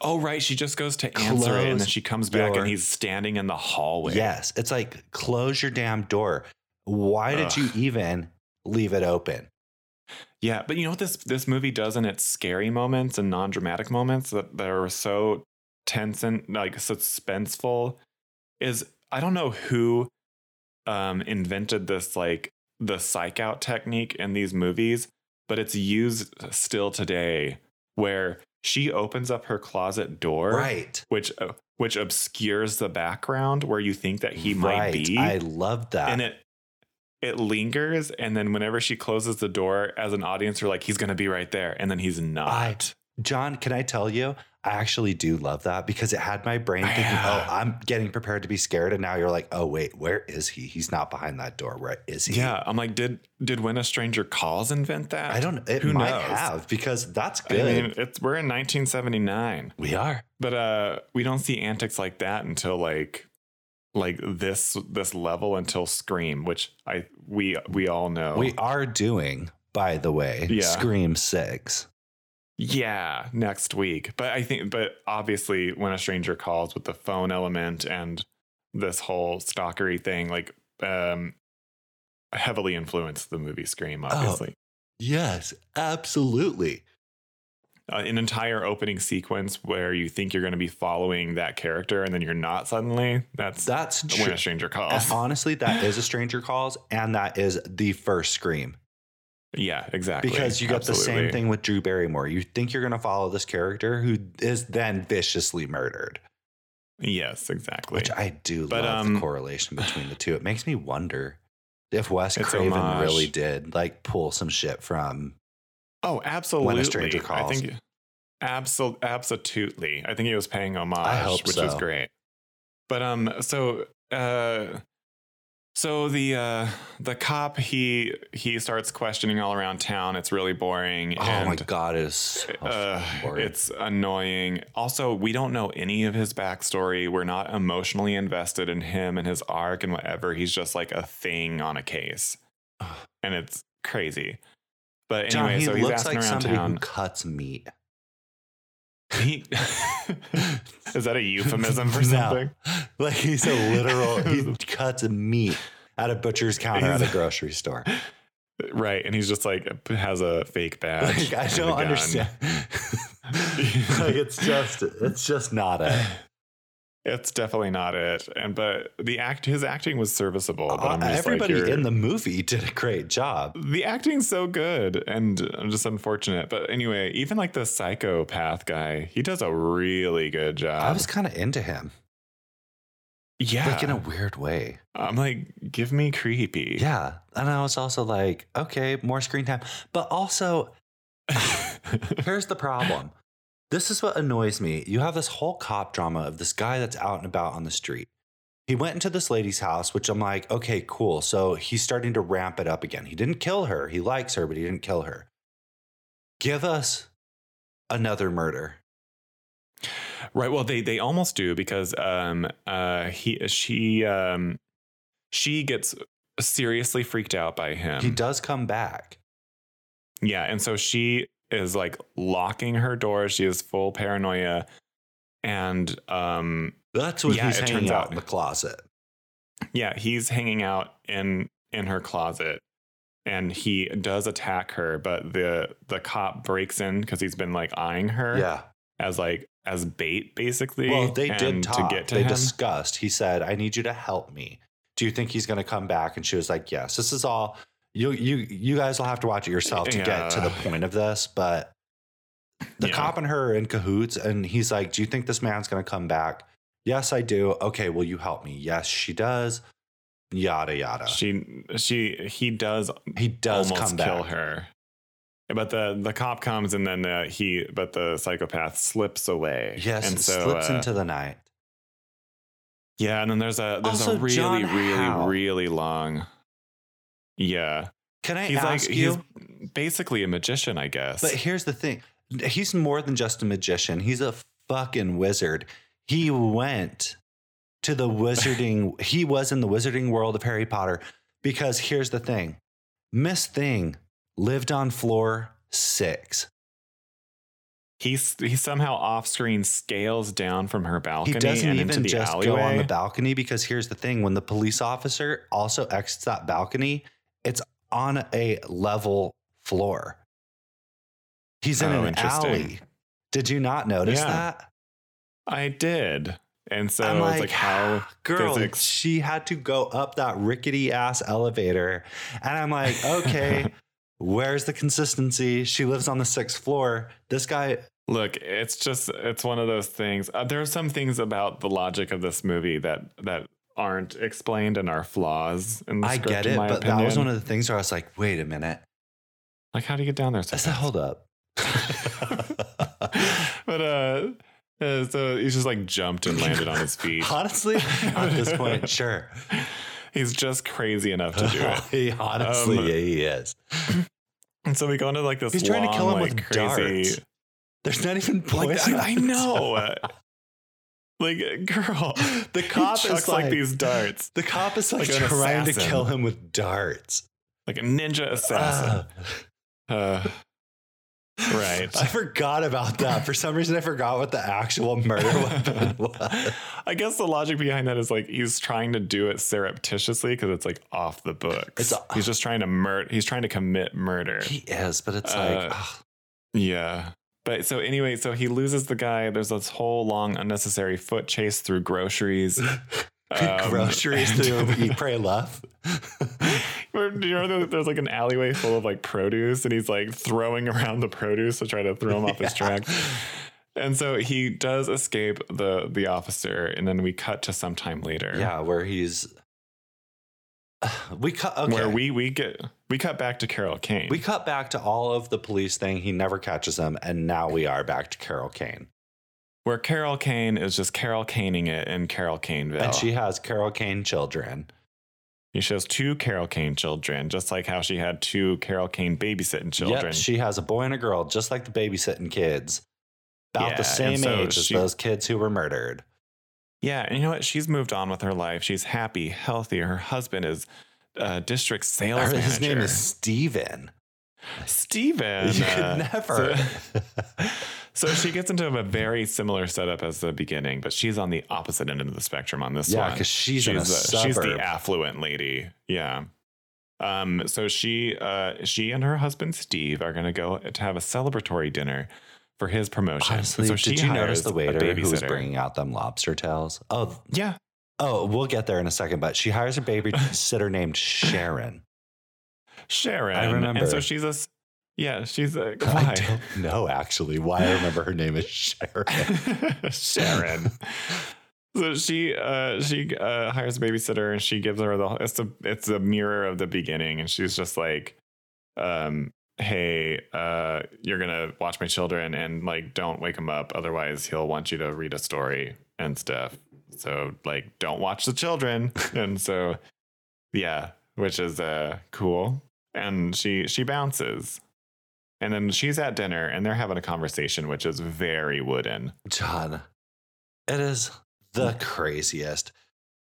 Speaker 1: Oh right, she just goes to answer it and then
Speaker 2: Closed
Speaker 1: she comes back
Speaker 2: door.
Speaker 1: and he's standing in the hallway.
Speaker 2: Yes, it's like close your damn door. Why did you
Speaker 1: Ugh.
Speaker 2: even leave it open?
Speaker 1: Yeah, but you know what this this movie does in its scary moments and non-dramatic moments that that are so tense and like suspenseful is I don't know who um invented this like the psych out technique in these movies, but it's used still today where she opens up her closet door
Speaker 2: Right,
Speaker 1: which uh, which obscures the background where you think that he might
Speaker 2: right.
Speaker 1: be
Speaker 2: I love that.
Speaker 1: and it it lingers and then whenever she closes the door as an audience you're like he's gonna be right there and then he's not
Speaker 2: I- John, can I tell you? I actually do love that because it had my brain thinking,
Speaker 1: Yeah.
Speaker 2: "Oh, I'm getting prepared to be scared," and now you're like, "Oh, wait, where is he? He's not behind that door. Where is he?"
Speaker 1: yeah i'm like did did when a stranger calls invent that
Speaker 2: I don't. It
Speaker 1: Who
Speaker 2: might
Speaker 1: knows?
Speaker 2: have because that's
Speaker 1: I
Speaker 2: good.
Speaker 1: mean, it's we're in 1979,
Speaker 2: we are.
Speaker 1: but uh, we don't see antics like that until like, like this this level until Scream, which I we we all know.
Speaker 2: We are doing, by the way,
Speaker 1: Yeah.
Speaker 2: Scream Six.
Speaker 1: Yeah, next week. But I think, but obviously, when a stranger calls with the phone element and this whole stalkery thing, like, um, heavily influenced the movie Scream,
Speaker 2: Oh.
Speaker 1: obviously.
Speaker 2: Yes, absolutely.
Speaker 1: Uh, an entire opening sequence where you think you're going to be following that character and then you're not suddenly. That's
Speaker 2: That's
Speaker 1: when
Speaker 2: true. Uh-huh.
Speaker 1: a stranger
Speaker 2: And
Speaker 1: calls.
Speaker 2: honestly, that is a Stranger Calls, and that is the first Scream
Speaker 1: yeah, exactly.
Speaker 2: because you got the
Speaker 1: Absolutely.
Speaker 2: same thing with Drew Barrymore. You think you're going to follow this character who is then viciously murdered,
Speaker 1: Yes, exactly.
Speaker 2: which I do
Speaker 1: But,
Speaker 2: love the
Speaker 1: um,
Speaker 2: correlation between the two. It makes me wonder if Wes
Speaker 1: It's
Speaker 2: Craven
Speaker 1: homage.
Speaker 2: really did like pull some shit from
Speaker 1: oh, absolutely.
Speaker 2: stranger
Speaker 1: I
Speaker 2: calls.
Speaker 1: think. Absol- absolutely. I think he was paying homage,
Speaker 2: hope
Speaker 1: which
Speaker 2: so.
Speaker 1: is great. But um, so uh, so the uh, the cop he he starts questioning all around town. It's really boring.
Speaker 2: Oh
Speaker 1: and,
Speaker 2: my god, it is so
Speaker 1: uh,
Speaker 2: fucking boring.
Speaker 1: it's annoying. Also, we don't know any of his backstory. We're not emotionally invested in him and his arc and whatever. He's just like a thing on a case, and it's crazy. But
Speaker 2: John,
Speaker 1: anyway,
Speaker 2: he
Speaker 1: so he's
Speaker 2: looks
Speaker 1: asking
Speaker 2: like
Speaker 1: around
Speaker 2: somebody who
Speaker 1: town.
Speaker 2: cuts meat.
Speaker 1: He- is that a euphemism for
Speaker 2: No.
Speaker 1: something?
Speaker 2: Like he's a literal he cuts meat at a butcher's counter at a
Speaker 1: He's-
Speaker 2: grocery store.
Speaker 1: Right, and he's just like has a fake badge.
Speaker 2: Like I
Speaker 1: and a
Speaker 2: don't
Speaker 1: gun.
Speaker 2: understand. like it's just it's just not a
Speaker 1: It's definitely not it. And but the act, his acting was serviceable. But I'm just
Speaker 2: Uh, everybody
Speaker 1: like, you're-
Speaker 2: in the movie did a great job.
Speaker 1: the acting's so good and uh, just unfortunate. But anyway, even like the psychopath guy, he does a really good job.
Speaker 2: I was kind of into him.
Speaker 1: yeah,
Speaker 2: Like in a weird way.
Speaker 1: I'm like, give me creepy.
Speaker 2: Yeah. And I was also like, okay, more screen time. But also, Here's the problem. This is what annoys me. You have this whole cop drama of this guy that's out and about on the street. He went into this lady's house, which I'm like, okay, cool. So he's starting to ramp it up again. He didn't kill her. He likes her, but he didn't kill her. Give us another murder.
Speaker 1: right. Well, they they almost do because um uh he she um she gets seriously freaked out by him.
Speaker 2: He does come back.
Speaker 1: Yeah, and so she is like locking her door. She is full paranoia, and um
Speaker 2: That's when
Speaker 1: Yeah,
Speaker 2: he's
Speaker 1: it
Speaker 2: hanging
Speaker 1: turns
Speaker 2: out
Speaker 1: out-
Speaker 2: in the closet.
Speaker 1: yeah he's hanging out in in her closet and he does attack her but the the cop breaks in because he's been like eyeing her
Speaker 2: Yeah.
Speaker 1: as like as bait basically
Speaker 2: Well, they did
Speaker 1: and
Speaker 2: talk.
Speaker 1: to get to
Speaker 2: they
Speaker 1: him
Speaker 2: discussed. He said, "I need you to help me. Do you think he's going to come back?" And she was like, "Yes. This is all you. You you guys will have to watch it yourself to get to the
Speaker 1: Yeah.
Speaker 2: point of this." But the
Speaker 1: Yeah.
Speaker 2: cop and her are in cahoots, and he's like, "Do you think this man's going to come back?" Yes, I do. Okay, will you help me? Yes, she does. Yada yada.
Speaker 1: She she he does
Speaker 2: he does
Speaker 1: almost
Speaker 2: come
Speaker 1: kill
Speaker 2: back.
Speaker 1: her. But the the cop comes and then uh, he but the psychopath slips away.
Speaker 2: Yes,
Speaker 1: and so
Speaker 2: slips
Speaker 1: uh,
Speaker 2: into the night.
Speaker 1: yeah, and then there's a there's
Speaker 2: Also,
Speaker 1: a really
Speaker 2: John
Speaker 1: really
Speaker 2: Howe.
Speaker 1: really long. Yeah,
Speaker 2: Can I
Speaker 1: he's
Speaker 2: ask
Speaker 1: like
Speaker 2: you?
Speaker 1: he's basically a magician, I guess.
Speaker 2: But here's the thing he's more than just a magician, he's a fucking wizard. He went to the wizarding, he was in the wizarding world of Harry Potter because here's the thing Miss Thing lived on floor six.
Speaker 1: He's he somehow off screen scales down from her balcony
Speaker 2: He doesn't
Speaker 1: and into
Speaker 2: even
Speaker 1: the
Speaker 2: just
Speaker 1: alleyway.
Speaker 2: go on the balcony because here's the thing when the police officer also exits that balcony, it's on a level floor. He's in
Speaker 1: Oh,
Speaker 2: an
Speaker 1: interesting.
Speaker 2: alley. Did you not notice
Speaker 1: Yeah.
Speaker 2: that?
Speaker 1: I did, and so
Speaker 2: I'm "Ah,
Speaker 1: it's like how
Speaker 2: girl,
Speaker 1: physics-
Speaker 2: she had to go up that rickety ass elevator. And I'm like, okay, where's the consistency? She lives on the sixth floor. This guy,
Speaker 1: Look, it's just it's one of those things. Uh, there are some things about the logic of this movie that that aren't explained and are flaws in the
Speaker 2: I
Speaker 1: script.
Speaker 2: get
Speaker 1: in
Speaker 2: it,
Speaker 1: my
Speaker 2: but
Speaker 1: opinion.
Speaker 2: that was one of the things where I was like, wait a minute.
Speaker 1: like how do you get down there?
Speaker 2: I said, hold up.
Speaker 1: but uh, uh, so he's just like jumped and landed on his feet.
Speaker 2: Honestly, at this point, sure.
Speaker 1: he's just crazy enough to do it.
Speaker 2: he honestly,
Speaker 1: Um,
Speaker 2: yeah, he is.
Speaker 1: And so we go into like this.
Speaker 2: He's trying to
Speaker 1: long,
Speaker 2: kill him
Speaker 1: like,
Speaker 2: with
Speaker 1: crazy,
Speaker 2: darts. There's not even
Speaker 1: Like
Speaker 2: poison.
Speaker 1: I,
Speaker 2: on
Speaker 1: I
Speaker 2: the
Speaker 1: know.
Speaker 2: top.
Speaker 1: uh, like girl,
Speaker 2: The
Speaker 1: he
Speaker 2: cop is
Speaker 1: chucks, like
Speaker 2: like-
Speaker 1: these darts.
Speaker 2: The cop is like,
Speaker 1: Like an
Speaker 2: trying to
Speaker 1: assassin.
Speaker 2: kill him with darts.
Speaker 1: like a ninja assassin.
Speaker 2: Ah.
Speaker 1: Uh, right.
Speaker 2: I forgot about that. For some reason, I forgot what the actual murder weapon was.
Speaker 1: I guess the logic behind that is like he's trying to do it surreptitiously because it's like off the books.
Speaker 2: It's a-
Speaker 1: he's just trying to murder. He's trying to commit murder.
Speaker 2: He is, but it's
Speaker 1: Uh,
Speaker 2: like, ugh,
Speaker 1: yeah. But so anyway, so he loses the guy. There's this whole long unnecessary foot chase through groceries. um,
Speaker 2: groceries
Speaker 1: and-
Speaker 2: through Eat, Pray, Love.
Speaker 1: Where- do you remember there's like an alleyway full of like produce and he's like throwing around the produce to try to throw him off his
Speaker 2: Yeah.
Speaker 1: track and so he does escape the the officer and then we cut to sometime later
Speaker 2: yeah, where he's. We cut. Okay.
Speaker 1: where we we get we cut back to carol kane
Speaker 2: We cut back to all of the police thing. He never catches them, and now we are back to Carol Kane,
Speaker 1: where carol kane is just carol caning it in carol caneville
Speaker 2: and she has Carol Kane children.
Speaker 1: she shows two carol kane children just like how she had two carol kane babysitting children
Speaker 2: Yep, she has a boy and a girl, just like the babysitting kids, about
Speaker 1: Yeah,
Speaker 2: the
Speaker 1: and
Speaker 2: same
Speaker 1: so
Speaker 2: age as
Speaker 1: she-
Speaker 2: those kids who were murdered.
Speaker 1: Yeah, and you know what? She's moved on with her life. She's happy, healthy. Her husband is uh, district sales
Speaker 2: Or
Speaker 1: manager.
Speaker 2: His name is Steven.
Speaker 1: Steven.
Speaker 2: you could
Speaker 1: Uh,
Speaker 2: never.
Speaker 1: So, so she gets into a very similar setup as the beginning, but she's on the opposite end of the spectrum on this
Speaker 2: yeah,
Speaker 1: one.
Speaker 2: because she's, in a
Speaker 1: the,
Speaker 2: suburb.
Speaker 1: she's the affluent lady. Yeah. Um, so she uh, she and her husband Steve are gonna go to have a celebratory dinner for his promotion.
Speaker 2: Honestly,
Speaker 1: so
Speaker 2: did you notice
Speaker 1: hires
Speaker 2: the
Speaker 1: a
Speaker 2: waiter who was
Speaker 1: babysitter.
Speaker 2: bringing out them lobster tails? Oh,
Speaker 1: Yeah.
Speaker 2: oh, we'll get there in a second. But she hires a babysitter named Sharon.
Speaker 1: Sharon.
Speaker 2: I remember.
Speaker 1: And so she's a s- yeah, she's a
Speaker 2: I don't know actually why I remember her name is Sharon.
Speaker 1: Sharon. So she uh, she uh, hires a babysitter and she gives her the it's a it's a mirror of the beginning and she's just like, um, hey, uh, you're gonna watch my children and like don't wake him up otherwise he'll want you to read a story and stuff. So like don't watch the children and so yeah, which is uh cool. And she she bounces. And then she's at dinner and they're having a conversation which is very wooden.
Speaker 2: John, it is the craziest.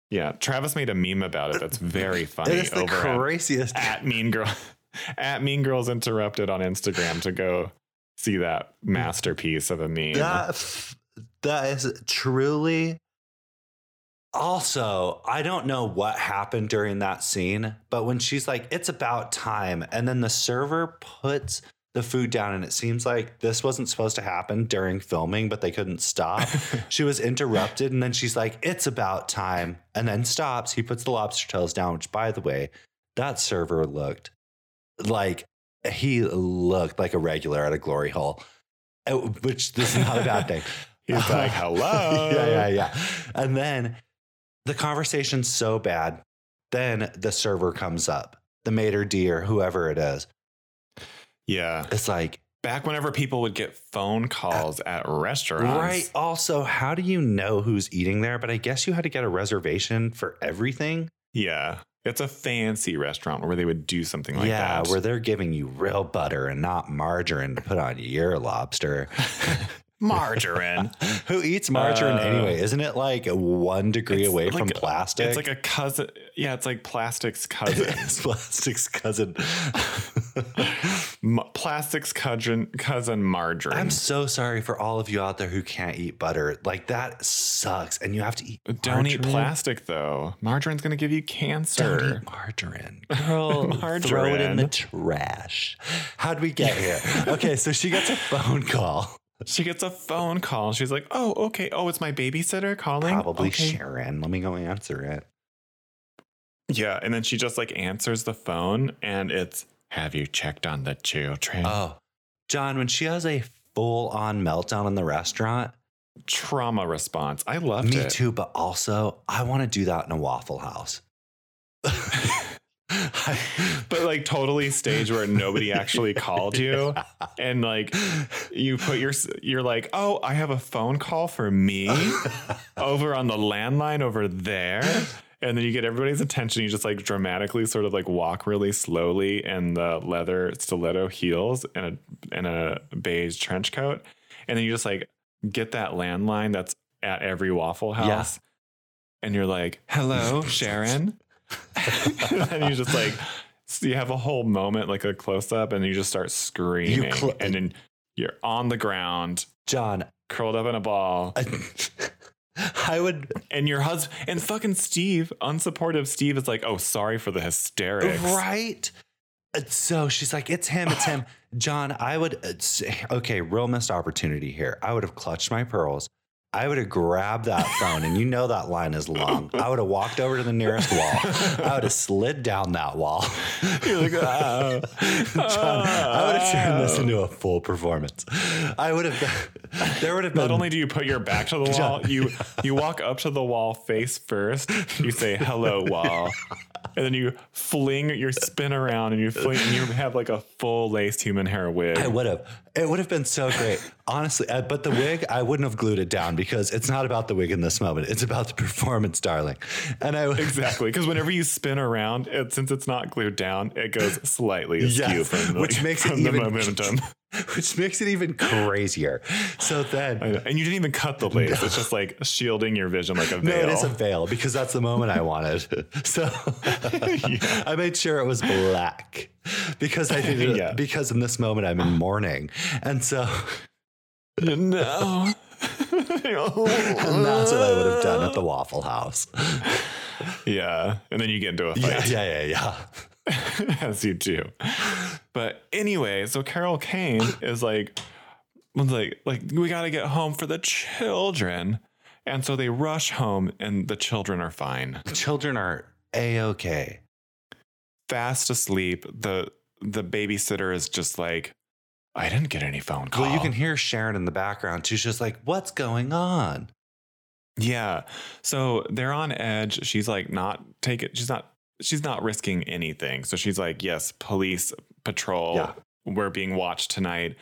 Speaker 1: Yeah, Travis made a meme about it that's very funny
Speaker 2: it is the
Speaker 1: over at-
Speaker 2: craziest.
Speaker 1: at, Mean Girl at Mean Girls Interrupted on Instagram to go see that masterpiece of a meme.
Speaker 2: That, f- that is truly. Also, I don't know what happened during that scene, but when she's like, it's about time, and then the server puts the food down, and it seems like this wasn't supposed to happen during filming, but they couldn't stop. she was interrupted, and then she's like, it's about time, and then stops. He puts the lobster tails down, which, by the way, that server looked like he looked like a regular at a glory hole, uh, which this is not a bad thing.
Speaker 1: He's like, hello.
Speaker 2: yeah, yeah, yeah. And then the conversation's so bad. Then the server comes up, the mater d or whoever it is.
Speaker 1: Yeah.
Speaker 2: It's like,
Speaker 1: Back whenever people would get phone calls at restaurants.
Speaker 2: Uh, right. Also, how do you know who's eating there? But I guess you had to get a reservation for everything.
Speaker 1: Yeah. It's a fancy restaurant where they would do something like
Speaker 2: yeah,
Speaker 1: that.
Speaker 2: where they're giving you real butter and not margarine to put on your lobster.
Speaker 1: margarine.
Speaker 2: Who eats margarine
Speaker 1: Uh,
Speaker 2: anyway? Isn't it like one degree
Speaker 1: it's
Speaker 2: away
Speaker 1: like
Speaker 2: from
Speaker 1: a-
Speaker 2: plastic?
Speaker 1: it's like a cousin. Yeah, it's like plastic's cousin.
Speaker 2: It's plastic's cousin.
Speaker 1: M- plastic's cousin, cousin margarine.
Speaker 2: I'm so sorry for all of you out there who can't eat butter. Like that sucks, and you have to eat.
Speaker 1: Don't eat
Speaker 2: margarine?
Speaker 1: plastic though. Margarine's gonna give you cancer.
Speaker 2: Don't eat margarine, girl. Throw it in
Speaker 1: Margarine.
Speaker 2: the trash. How'd we get here? okay, so she gets a phone call.
Speaker 1: She gets a phone call. She's like, "Oh, okay. Oh, it's my babysitter calling."
Speaker 2: Probably
Speaker 1: Okay.
Speaker 2: Sharon. Let me go answer it.
Speaker 1: Yeah, and then she just like answers the phone, and it's, "Have you checked on the children?"
Speaker 2: Oh, John, when she has a full-on meltdown in the restaurant,
Speaker 1: Trauma response. I loved
Speaker 2: Me
Speaker 1: it.
Speaker 2: too, but also I want to do that in a Waffle House.
Speaker 1: But like totally stage where nobody actually called you, and like you put your you're like, "Oh, I have a phone call for me over on the landline over there." And then you get everybody's attention. You just like dramatically sort of like walk really slowly in the leather stiletto heels and a and a beige trench coat. And then you just like get that landline that's at every waffle
Speaker 2: Yeah.
Speaker 1: house. And you're like, hello, Sharon. and you just like so you have a whole moment like a close up and you just start screaming
Speaker 2: cl-
Speaker 1: and then you're on the ground
Speaker 2: John,
Speaker 1: curled up in a ball
Speaker 2: I, I would
Speaker 1: and your husband and fucking Steve unsupportive Steve is like oh sorry for the hysterics
Speaker 2: right. Uh, So she's like, "It's him, it's him." John, I would uh, say- okay, real missed opportunity here. I would have clutched my pearls. I would have grabbed that phone, and you know that line is long. I would have walked over to the nearest wall. I would have slid down that wall.
Speaker 1: You're like, "Oh,
Speaker 2: John, I would have turned this
Speaker 1: oh."
Speaker 2: into a full performance. I would have. There would have been
Speaker 1: not only do you put your back to the wall, you you walk up to the wall face first. You say hello wall, and then you fling your spin around and you fling and you have like a full laced human hair wig.
Speaker 2: I would have. It would have been so great, honestly. Uh, but the wig, I wouldn't have glued it down because it's not about the wig in this moment. It's about the performance, darling. And I would.
Speaker 1: Exactly, because whenever you spin around, it, since it's not glued down, it goes slightly
Speaker 2: Yes,
Speaker 1: askew from the,
Speaker 2: which makes it
Speaker 1: from the
Speaker 2: even-
Speaker 1: momentum.
Speaker 2: Which makes it even crazier. So then,
Speaker 1: I know. And you didn't even cut the lace; it's just like shielding your vision like a
Speaker 2: no,
Speaker 1: veil.
Speaker 2: it is a veil because that's the moment I wanted. So I made sure it was black because I did it
Speaker 1: Yeah.
Speaker 2: because in this moment I'm in mourning, and so
Speaker 1: no.
Speaker 2: and that's what I would have done at
Speaker 1: Uh.
Speaker 2: the Waffle House.
Speaker 1: Yeah, and then you get into a fight.
Speaker 2: Yeah, yeah, yeah, yeah.
Speaker 1: as you do. But anyway, so Carol Kane is like, was like, like we got to get home for the children, and so they rush home, and the children are fine,
Speaker 2: Children are a okay.
Speaker 1: fast asleep. the The babysitter is just like, I didn't get any phone call.
Speaker 2: Well, you can hear Sharon in the background too. She's like, "What's going on?"
Speaker 1: yeah. So they're on edge. She's like, not take it. She's not. She's not risking anything. So she's like, yes, police patrol.
Speaker 2: Yeah.
Speaker 1: we're being watched tonight.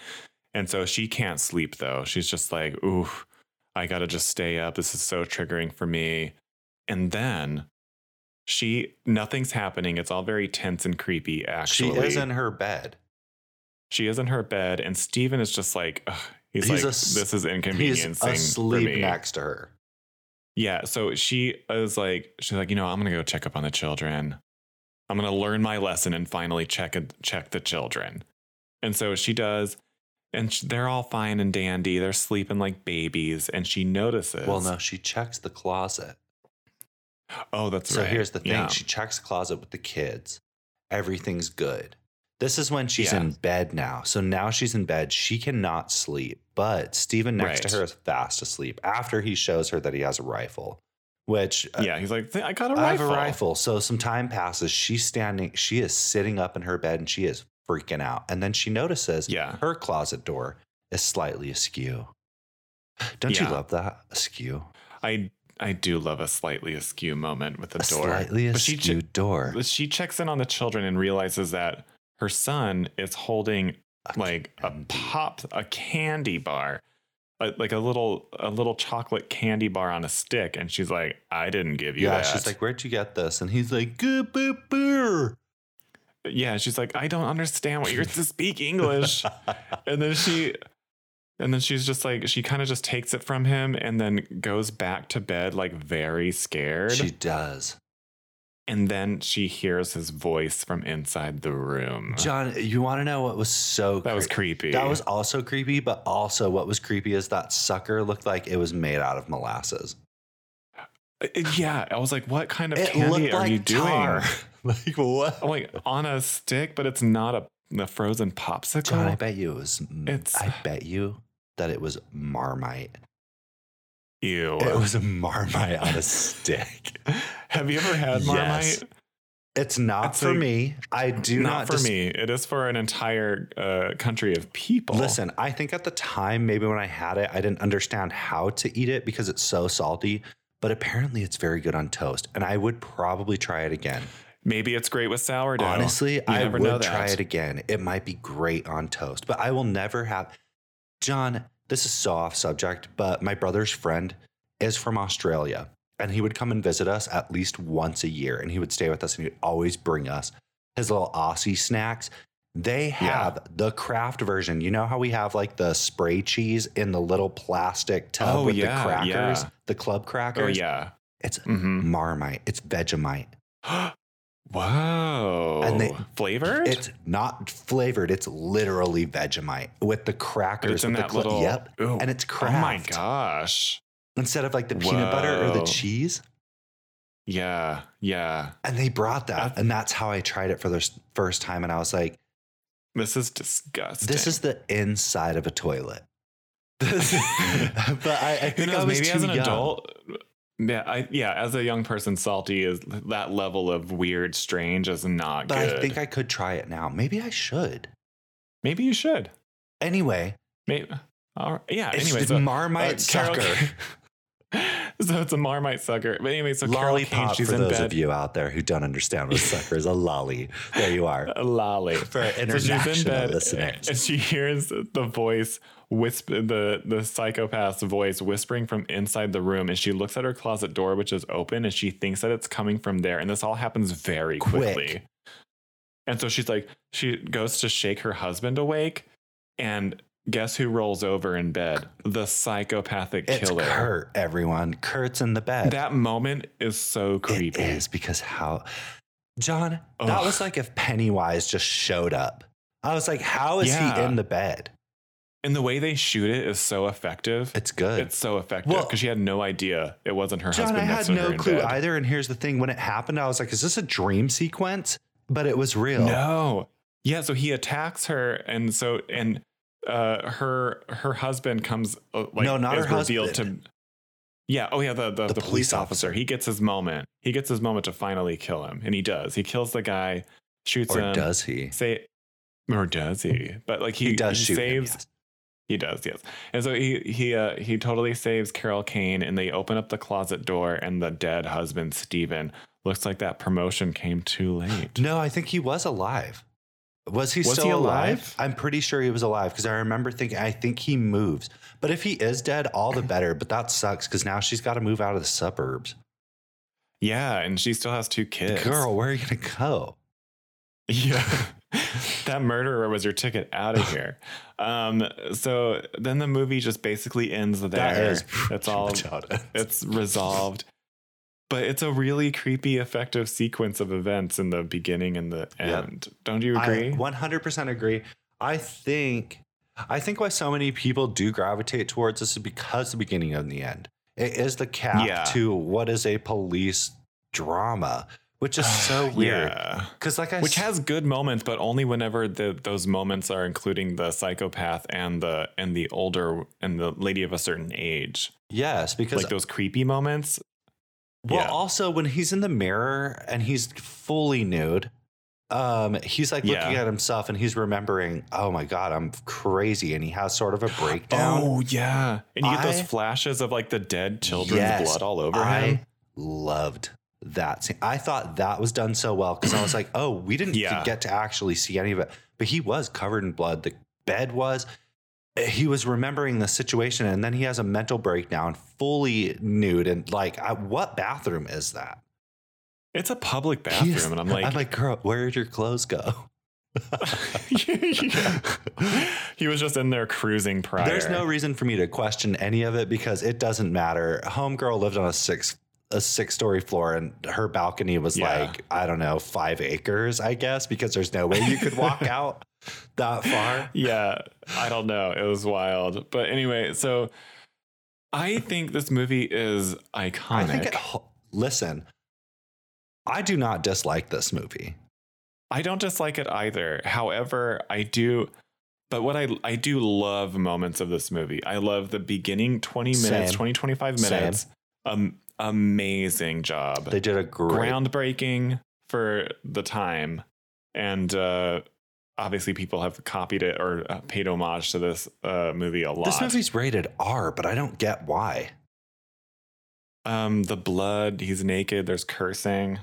Speaker 1: And so she can't sleep though. She's just like, ooh, I gotta just stay up. This is so triggering for me. And then she nothing's happening. It's all very tense and creepy, actually.
Speaker 2: She is in her bed.
Speaker 1: She is in her bed, and Steven is just like, ugh, he's,
Speaker 2: He's
Speaker 1: like,
Speaker 2: as-
Speaker 1: this is
Speaker 2: He's
Speaker 1: inconveniencing. for
Speaker 2: asleep
Speaker 1: me.
Speaker 2: next to her.
Speaker 1: Yeah. So she is like, she's like, you know, I'm gonna go check up on the children. I'm gonna learn my lesson and finally check check the children. And so she does, and sh- they're all fine and dandy. They're sleeping like babies, and she notices.
Speaker 2: Well, no, she checks the closet.
Speaker 1: Oh, that's
Speaker 2: So
Speaker 1: right.
Speaker 2: here's the thing:
Speaker 1: Yeah.
Speaker 2: she checks the closet with the kids. Everything's good. This is when she's
Speaker 1: Yeah.
Speaker 2: in bed now. So now she's in bed. She cannot sleep. But Steven next
Speaker 1: Right.
Speaker 2: to her is fast asleep after he shows her that he has a rifle, which uh,
Speaker 1: yeah. He's like, I got a
Speaker 2: I
Speaker 1: rifle.
Speaker 2: have a rifle. So some time passes. She's standing, she is sitting up in her bed and she is freaking out. And then she notices
Speaker 1: Yeah.
Speaker 2: her closet door is slightly askew. Don't
Speaker 1: Yeah.
Speaker 2: you love that askew?
Speaker 1: I I do love a slightly askew moment with the
Speaker 2: A
Speaker 1: door.
Speaker 2: slightly
Speaker 1: But she
Speaker 2: askew door.
Speaker 1: But she checks in on the children and realizes that her son is holding like a pop a candy bar a, like a little a little chocolate candy bar on a stick and she's like i didn't give you
Speaker 2: yeah,
Speaker 1: that
Speaker 2: she's like, "Where'd you get this?" And he's like, "Good boop, boop."
Speaker 1: yeah she's like i don't understand what you're to speak english and then she and then she's just like she kind of just takes it from him and then goes back to bed like very scared
Speaker 2: she does.
Speaker 1: and then she hears his voice from inside the room
Speaker 2: John, you want to know what was so
Speaker 1: Uh. that was
Speaker 2: creepy?
Speaker 1: creepy
Speaker 2: That was also creepy, but also what was creepy is that sucker looked like it was made out of molasses.
Speaker 1: It- Uh, yeah, I was like, what kind of
Speaker 2: It
Speaker 1: candy
Speaker 2: looked
Speaker 1: are
Speaker 2: like
Speaker 1: you
Speaker 2: tar.
Speaker 1: doing? Oh
Speaker 2: like what?
Speaker 1: I'm like on a stick, but it's not a, a frozen popsicle.
Speaker 2: John, I bet you it was.
Speaker 1: It's-
Speaker 2: I bet you that it was Marmite.
Speaker 1: Ew.
Speaker 2: It was a Marmite on a stick.
Speaker 1: Have you ever had Marmite?
Speaker 2: Yes. It's not
Speaker 1: It's
Speaker 2: for
Speaker 1: like-
Speaker 2: me. I do
Speaker 1: not,
Speaker 2: not,
Speaker 1: for
Speaker 2: dis-
Speaker 1: me. It is for an entire uh, country of people.
Speaker 2: Listen, I think at the time, maybe when I had it, I didn't understand how to eat it because it's so salty. But apparently, it's very good on toast, and I would probably try it again.
Speaker 1: maybe it's great with sourdough.
Speaker 2: Honestly, I
Speaker 1: never
Speaker 2: would
Speaker 1: know that.
Speaker 2: try it again. It might be great on toast, but I will never have. John, this is so off subject, but my brother's friend is from Australia, and he would come and visit us at least once a year, and he would stay with us, and he would always bring us his little Aussie snacks. They have the craft version. You know how we have like the spray cheese in the little plastic tub
Speaker 1: Oh,
Speaker 2: with
Speaker 1: yeah,
Speaker 2: the crackers,
Speaker 1: yeah.
Speaker 2: the club crackers.
Speaker 1: oh yeah.
Speaker 2: It's
Speaker 1: hmm
Speaker 2: Marmite. It's Vegemite.
Speaker 1: Wow.
Speaker 2: And they-
Speaker 1: flavored.
Speaker 2: It's not flavored. It's literally Vegemite with the
Speaker 1: But
Speaker 2: crackers.
Speaker 1: it's in
Speaker 2: with
Speaker 1: that
Speaker 2: the cl-
Speaker 1: little.
Speaker 2: Yep.
Speaker 1: Ooh.
Speaker 2: And it's
Speaker 1: oh my
Speaker 2: craft.
Speaker 1: gosh.
Speaker 2: Instead of like the peanut butter or the
Speaker 1: Whoa.
Speaker 2: cheese.
Speaker 1: Yeah. Yeah.
Speaker 2: And they brought that.
Speaker 1: That's-
Speaker 2: and that's how I tried it for the s- first time. And I was like,
Speaker 1: This is disgusting.
Speaker 2: this is the inside of a toilet. but I, I
Speaker 1: Who
Speaker 2: think
Speaker 1: knows,
Speaker 2: I was
Speaker 1: maybe
Speaker 2: too
Speaker 1: as an
Speaker 2: young.
Speaker 1: adult. Yeah, I, yeah. As a young person, salty is that level of weird, strange is not
Speaker 2: But
Speaker 1: good.
Speaker 2: I think I could try it now. Maybe I should.
Speaker 1: maybe you should.
Speaker 2: Anyway,
Speaker 1: Maybe, all right, yeah.
Speaker 2: it's
Speaker 1: Anyway,
Speaker 2: the
Speaker 1: so,
Speaker 2: Marmite
Speaker 1: uh, Carol-
Speaker 2: sucker.
Speaker 1: so it's a Marmite sucker. But anyway, so Carol
Speaker 2: Lollipop
Speaker 1: came,
Speaker 2: for
Speaker 1: she's in
Speaker 2: those
Speaker 1: bed.
Speaker 2: of you out there who don't understand what sucker is. A lolly. There you are.
Speaker 1: A lolly.
Speaker 2: for our
Speaker 1: So she's in
Speaker 2: international
Speaker 1: bed,
Speaker 2: listeners.
Speaker 1: and she hears the voice whisper the the psychopath's voice whispering from inside the room, and she looks at her closet door, which is open, and she thinks that it's coming from there. And this all happens very
Speaker 2: Quick.
Speaker 1: quickly. And so she's like, she goes to shake her husband awake, and guess who rolls over in bed? The psychopathic
Speaker 2: It's
Speaker 1: killer.
Speaker 2: Kurt, everyone. Kurt's in the bed.
Speaker 1: That moment is so
Speaker 2: it
Speaker 1: creepy.
Speaker 2: is because how John, that
Speaker 1: Ugh.
Speaker 2: was like if Pennywise just showed up. I was like, how is he
Speaker 1: Yeah.
Speaker 2: in the bed?
Speaker 1: And the way they shoot it is so effective.
Speaker 2: It's good.
Speaker 1: It's so effective
Speaker 2: Well-
Speaker 1: because she had no idea it wasn't her
Speaker 2: John, I
Speaker 1: husband.
Speaker 2: had
Speaker 1: next to her
Speaker 2: no
Speaker 1: in
Speaker 2: clue
Speaker 1: bed.
Speaker 2: either. And here's the thing when it happened, I was like, is this a dream sequence? But it was real.
Speaker 1: No. Yeah, so he attacks her, and so and uh, her her husband comes uh, like
Speaker 2: No, not
Speaker 1: is
Speaker 2: her
Speaker 1: revealed
Speaker 2: husband.
Speaker 1: to. Yeah. Oh, yeah. The the, the, police, officer. He gets his moment. He gets his moment to finally kill him, and he does. He kills the guy, shoots
Speaker 2: Or
Speaker 1: him.
Speaker 2: does he?
Speaker 1: say? Or does he? But like he,
Speaker 2: He, does shoot. him,
Speaker 1: saves.
Speaker 2: yes.
Speaker 1: He does, yes. And so he he uh, he totally saves Carol Kane, and they open up the closet door, and the dead husband Stephen looks like that promotion came too late.
Speaker 2: No, I think he was alive. Was he
Speaker 1: Was
Speaker 2: still
Speaker 1: he
Speaker 2: alive?
Speaker 1: alive?
Speaker 2: I'm pretty sure he was alive because I remember thinking, I think he moves. But if he is dead, all the better. But that sucks because now she's got to move out of the suburbs.
Speaker 1: Yeah, and she still has two kids.
Speaker 2: Girl, where are you going to go?
Speaker 1: yeah. that murderer was your ticket out of here. Um, so then the movie just basically ends there. That's all.
Speaker 2: pretty much how it ends.
Speaker 1: It's resolved. But it's a really creepy, effective sequence of events in the beginning and the
Speaker 2: Yep.
Speaker 1: end. Don't you agree?
Speaker 2: I 100% agree. I think I think why so many people do gravitate towards this is because the beginning and the end. It is the cap
Speaker 1: Yeah.
Speaker 2: to what is a police drama, which is so weird.
Speaker 1: Yeah.
Speaker 2: Because like I
Speaker 1: Which
Speaker 2: s-
Speaker 1: has good moments, but only whenever the, those moments are including the psychopath and the and the older and the lady of a certain age.
Speaker 2: yes, because
Speaker 1: Like those creepy moments.
Speaker 2: Well,
Speaker 1: Yeah.
Speaker 2: also when he's in the mirror and he's fully nude, Um, he's like looking
Speaker 1: Yeah.
Speaker 2: at himself and he's remembering, oh my God, I'm crazy. And he has sort of a breakdown.
Speaker 1: Oh yeah, and you get
Speaker 2: I-
Speaker 1: those flashes of like the dead children's
Speaker 2: Yes,
Speaker 1: blood all over
Speaker 2: I
Speaker 1: him.
Speaker 2: loved that scene. I thought that was done so well because I was like, oh, we didn't
Speaker 1: Yeah.
Speaker 2: get to actually see any of it. But he was covered in blood. The bed was. He was remembering the situation and then he has a mental breakdown, fully nude. And like, I, what bathroom is that?
Speaker 1: It's a public
Speaker 2: He
Speaker 1: bathroom,
Speaker 2: is-
Speaker 1: and I'm like,
Speaker 2: I'm like, girl, where did your clothes go?
Speaker 1: Yeah. he was just in there cruising prior.
Speaker 2: There's no reason for me to question any of it because it doesn't matter. Homegirl lived on a six a six story floor and her balcony was
Speaker 1: Yeah.
Speaker 2: like, I don't know, five acres, I guess, because there's no way you could walk out that far.
Speaker 1: yeah, I don't know. It was wild. But anyway, so I think this movie is iconic.
Speaker 2: I think it, ho- listen, I do not dislike this movie.
Speaker 1: I don't dislike it either. However, I do but what I I do love moments of this movie. I love the beginning 20
Speaker 2: Same.
Speaker 1: minutes, 20 25
Speaker 2: Same.
Speaker 1: minutes. Um amazing job.
Speaker 2: They did a great
Speaker 1: groundbreaking for the time and uh obviously people have copied it or uh, paid homage to this uh movie a lot.
Speaker 2: This movie's rated R, but I don't get why.
Speaker 1: um the blood, he's naked, there's cursing.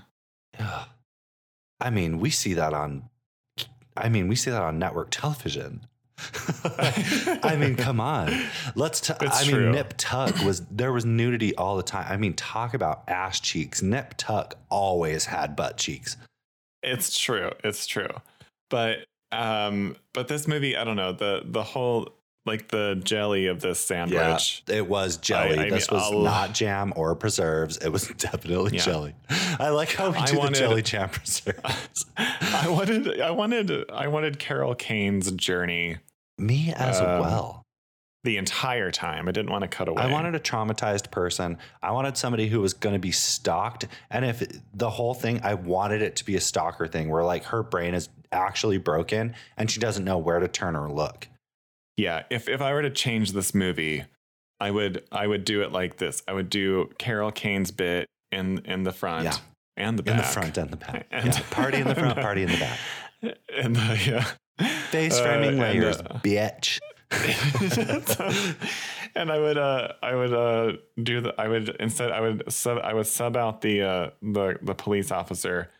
Speaker 2: Ugh. I mean, we see that on I mean, we see that on network television. I mean, come on. Let's. T-
Speaker 1: It's
Speaker 2: I mean,
Speaker 1: true.
Speaker 2: Nip Tuck was there was nudity all the time. I mean, talk about ass cheeks. Nip Tuck always had butt cheeks.
Speaker 1: It's true. It's true. But um but this movie, I don't know, the the whole like the jelly of this sandwich.
Speaker 2: It was jelly.
Speaker 1: I
Speaker 2: this
Speaker 1: mean,
Speaker 2: was
Speaker 1: I'll-
Speaker 2: not jam or preserves. It was definitely
Speaker 1: Yeah.
Speaker 2: jelly. I like how we
Speaker 1: I
Speaker 2: do
Speaker 1: wanted-
Speaker 2: the jelly jam preserves.
Speaker 1: I wanted I wanted I wanted Carol Kane's journey
Speaker 2: Me as
Speaker 1: Um,
Speaker 2: well.
Speaker 1: the entire time. I didn't want to cut away.
Speaker 2: I wanted a traumatized person. I wanted somebody who was going to be stalked. And if the whole thing, I wanted it to be a stalker thing where like her brain is actually broken and she doesn't know where to turn or look.
Speaker 1: Yeah, if if I were to change this movie, I would I would do it like this. I would do Carol Kane's bit in in the front
Speaker 2: Yeah.
Speaker 1: and the back.
Speaker 2: In the front and the back.
Speaker 1: And-
Speaker 2: yeah. Party in the front, party in the back.
Speaker 1: And the yeah.
Speaker 2: Face
Speaker 1: Uh,
Speaker 2: framing
Speaker 1: and,
Speaker 2: layers,
Speaker 1: uh,
Speaker 2: bitch.
Speaker 1: and I would uh I would uh do the I would instead I would sub I would sub out the uh the the police officer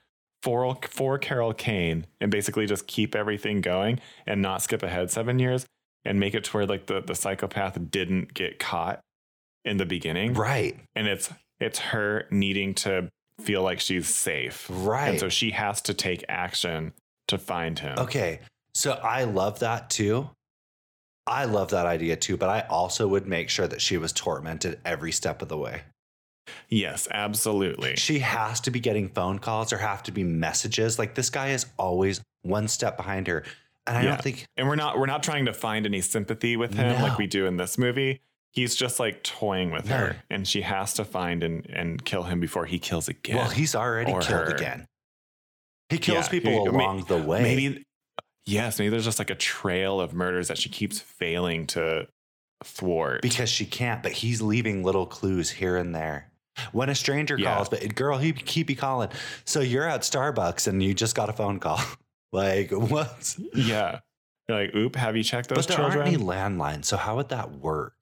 Speaker 1: for for Carol Kane and basically just keep everything going and not skip ahead seven years and make it to where like the the psychopath didn't get caught in the beginning
Speaker 2: Right,
Speaker 1: and it's it's her needing to feel like she's safe and
Speaker 2: right.
Speaker 1: so she has to take action to find him
Speaker 2: Okay. So I love that too. I love that idea too, but I also would make sure that she was tormented every step of the way.
Speaker 1: yes absolutely
Speaker 2: She has to be getting phone calls or have to be messages. Like this guy is always one step behind her. And I
Speaker 1: Yeah.
Speaker 2: don't think
Speaker 1: and we're not we're not trying to find any sympathy with him
Speaker 2: No.
Speaker 1: like we do in this movie he's just like toying with
Speaker 2: No.
Speaker 1: her and she has to find and and kill him before he kills again
Speaker 2: well, he's already
Speaker 1: Or
Speaker 2: killed
Speaker 1: her.
Speaker 2: again. He kills
Speaker 1: Yeah,
Speaker 2: people
Speaker 1: he- may-
Speaker 2: along the way.
Speaker 1: maybe yes maybe there's just like a trail of murders that she keeps failing to thwart
Speaker 2: because she can't, but he's leaving little clues here and there. When a stranger
Speaker 1: Yeah.
Speaker 2: calls, but girl, he he be calling. So you're at Starbucks and you just got a phone call. like what?
Speaker 1: yeah You're like oop have you checked those
Speaker 2: but there
Speaker 1: children
Speaker 2: aren't any landlines, so how would that work?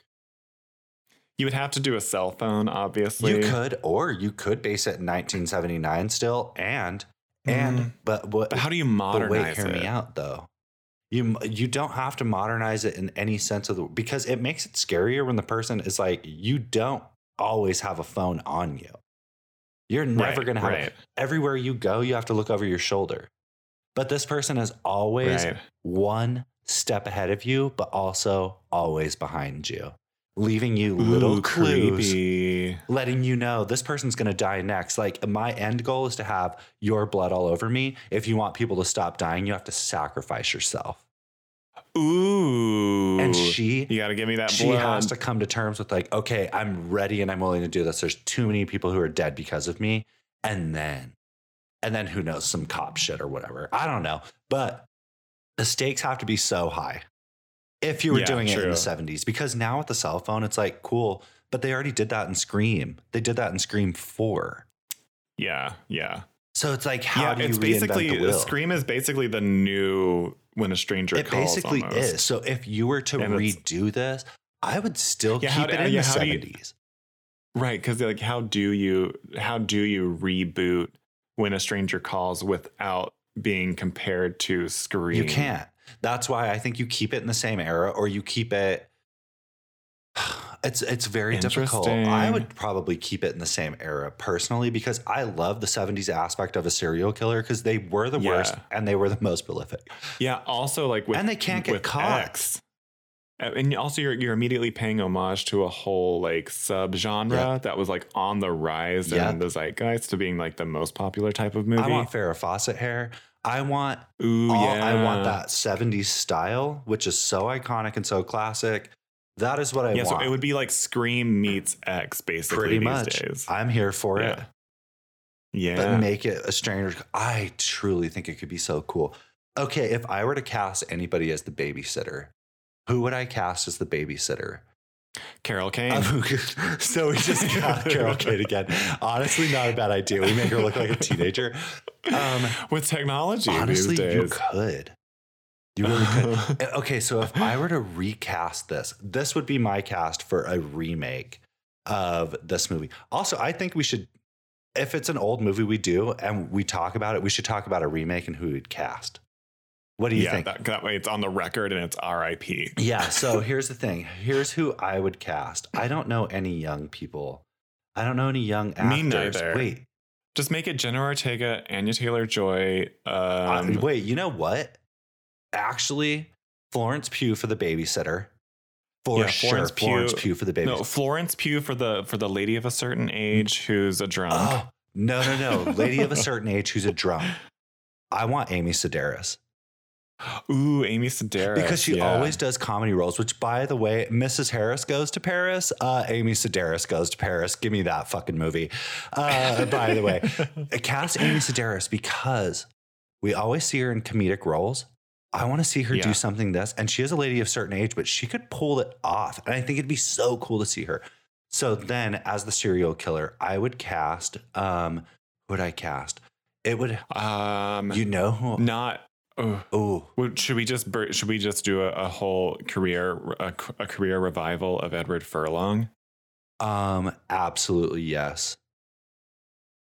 Speaker 1: you would have to do a cell phone obviously
Speaker 2: You could, or you could base it in 1979 still, and and
Speaker 1: Mm.
Speaker 2: but what?
Speaker 1: but how do you
Speaker 2: But wait,
Speaker 1: modernize
Speaker 2: hear
Speaker 1: it
Speaker 2: me out though. You you don't have to modernize it in any sense of the because it makes it scarier when the person is like you don't always have a phone on you. You're never
Speaker 1: Right,
Speaker 2: gonna have
Speaker 1: right,
Speaker 2: it. Everywhere you go, you have to look over your shoulder. But this person is always
Speaker 1: right.
Speaker 2: one step ahead of you, but also always behind you, leaving you little
Speaker 1: Ooh,
Speaker 2: clues
Speaker 1: creepy
Speaker 2: letting you know this person's going to die next. Like my end goal is to have your blood all over me. If you want people to stop dying, you have to sacrifice yourself.
Speaker 1: ooh
Speaker 2: And she
Speaker 1: You got to give me that
Speaker 2: she
Speaker 1: blood.
Speaker 2: has to come to terms with like, okay, I'm ready and I'm willing to do this. There's too many people who are dead because of me. And then and then who knows some cop shit or whatever. I don't know. But the stakes have to be so high. If you were
Speaker 1: Yeah,
Speaker 2: doing it in
Speaker 1: true.
Speaker 2: the 70s because now with the cell phone it's like cool, but they already did that in Scream. They did that in Scream 4.
Speaker 1: yeah, yeah.
Speaker 2: So it's like, how
Speaker 1: yeah,
Speaker 2: do you
Speaker 1: it's
Speaker 2: reinvent the
Speaker 1: basically
Speaker 2: wheel?
Speaker 1: Scream is basically the new When a Stranger
Speaker 2: it
Speaker 1: Calls.
Speaker 2: basically
Speaker 1: almost.
Speaker 2: is. So if you were to
Speaker 1: And it's-
Speaker 2: redo this, I would still
Speaker 1: Yeah, how
Speaker 2: keep it
Speaker 1: do-
Speaker 2: in
Speaker 1: yeah,
Speaker 2: the
Speaker 1: how do you-
Speaker 2: seventies.
Speaker 1: right because like how do you how do you reboot When a Stranger Calls without being compared to Scream?
Speaker 2: You can't. That's why I think you keep it in the same era, or you keep it. It's it's very difficult. I
Speaker 1: Interesting.
Speaker 2: would probably keep it in the same era personally because I love the '70s aspect of a serial killer because they were the worst
Speaker 1: Yeah.
Speaker 2: and they were the most prolific.
Speaker 1: Yeah. Also, like with
Speaker 2: And they can't get
Speaker 1: with
Speaker 2: caught.
Speaker 1: X. Uh, and also, you're you're immediately paying homage to a whole like subgenre that was like on the rise
Speaker 2: Yep.
Speaker 1: and the zeitgeist to being like the most popular type of movie.
Speaker 2: I want Farrah Fawcett hair. I want
Speaker 1: Ooh,
Speaker 2: all,
Speaker 1: yeah,
Speaker 2: Oh, I want that '70s style, which is so iconic and so classic. That is what I
Speaker 1: yeah,
Speaker 2: want.
Speaker 1: so it would be like Scream meets X, basically.
Speaker 2: pretty
Speaker 1: these
Speaker 2: much.
Speaker 1: Days.
Speaker 2: I'm here for it.
Speaker 1: Yeah. yeah.
Speaker 2: but make it a stranger. I truly think it could be so cool. Okay, if I were to cast anybody as the babysitter, who would I cast as the babysitter?
Speaker 1: Carol Kane.
Speaker 2: Um, so we just got Carol Kate again. Honestly, not a bad idea. We make her look like a teenager. Um,
Speaker 1: with technology
Speaker 2: Honestly,
Speaker 1: these
Speaker 2: you
Speaker 1: days.
Speaker 2: could. You really could. Uh, Okay, so if I were to recast this, this would be my cast for a remake of this movie. Also, I think we should, if it's an old movie we do and we talk about it, we should talk about a remake and who we'd cast. What do you
Speaker 1: yeah,
Speaker 2: think?
Speaker 1: That, that way it's on the record and it's R.I.P.
Speaker 2: yeah, so here's the thing. Here's who I would cast. I don't know any young people. I don't know any young
Speaker 1: Me
Speaker 2: actors.
Speaker 1: neither.
Speaker 2: Wait,
Speaker 1: Just make it Jenna Ortega, Anya Taylor Joy.
Speaker 2: I-
Speaker 1: Um,
Speaker 2: uh, wait, you know what? Actually, Florence Pugh for the babysitter. For
Speaker 1: Yeah,
Speaker 2: sure,
Speaker 1: Florence
Speaker 2: Florence
Speaker 1: Pugh-
Speaker 2: Pugh, for the babysitter.
Speaker 1: No, Florence Pugh for the for the lady of a certain age who's a drunk.
Speaker 2: Mm. Oh, no, no, no. Lady of a certain age who's a drunk. I want Amy Sedaris
Speaker 1: Ooh, Amy Sedaris.
Speaker 2: because she
Speaker 1: yeah.
Speaker 2: always does comedy roles, which, by the way, Mrs. Harris goes to Paris. Uh, Amy Sedaris goes to Paris. Give me that fucking movie. Uh, by the way, cast Amy Sedaris because we always see her in comedic roles. I want to see her
Speaker 1: Yeah.
Speaker 2: do something this. And she is a lady of certain age, but she could pull it off. And I think it'd be so cool to see her. So then, as the serial killer, I would cast. Um, who would I cast? It would.
Speaker 1: um,
Speaker 2: You know who?
Speaker 1: not. Oh,
Speaker 2: Oh,
Speaker 1: Well, should we just bur- should we just do a, a whole career a, c- a career revival of Edward Furlong?
Speaker 2: um, absolutely yes.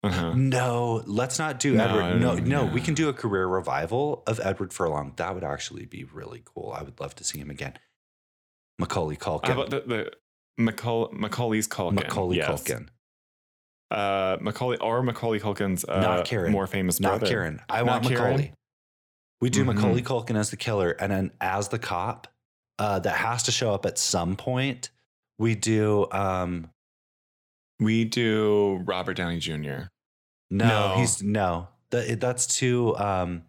Speaker 1: Uh-huh.
Speaker 2: No, let's not do
Speaker 1: No,
Speaker 2: Edward. No,
Speaker 1: no,
Speaker 2: no,
Speaker 1: no.
Speaker 2: we can do a career revival of Edward Furlong. That would actually be really cool. I would love to see him again. Macaulay Culkin.
Speaker 1: How about the, the Macaul- Macaulay's Culkin?
Speaker 2: Macaulay
Speaker 1: Yes.
Speaker 2: Culkin.
Speaker 1: Uh, Macaulay or Macaulay Culkin's uh,
Speaker 2: Not Karen.
Speaker 1: more famous
Speaker 2: Not
Speaker 1: brother.
Speaker 2: Karen. I
Speaker 1: Not
Speaker 2: want
Speaker 1: Karen?
Speaker 2: Macaulay. We do
Speaker 1: Mhm.
Speaker 2: Macaulay Culkin as the killer and then as the cop uh, that has to show up at some point. We do um,
Speaker 1: We do Robert Downey Jr.
Speaker 2: no,
Speaker 1: No.
Speaker 2: he's no. That, that's too um,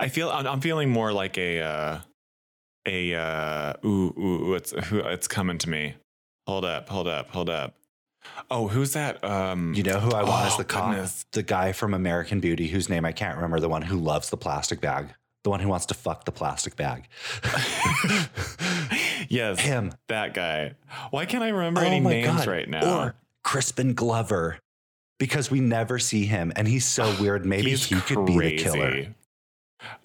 Speaker 1: I feel I'm, I'm feeling more like a uh, a uh, ooh, ooh ooh, it's who it's coming to me. Hold up, hold up, hold up. Oh, who's that? Um,
Speaker 2: You know who I want is
Speaker 1: Oh,
Speaker 2: the cop,
Speaker 1: goodness.
Speaker 2: the guy from American Beauty, whose name I can't remember, the one who loves the plastic bag, the one who wants to fuck the plastic bag.
Speaker 1: yes,
Speaker 2: Him.
Speaker 1: that guy. Why can't I remember
Speaker 2: Oh
Speaker 1: any
Speaker 2: my
Speaker 1: names
Speaker 2: God.
Speaker 1: right now?
Speaker 2: Or Crispin Glover, because we never see him, and he's so weird. Maybe
Speaker 1: He's
Speaker 2: he could be the killer.
Speaker 1: crazy.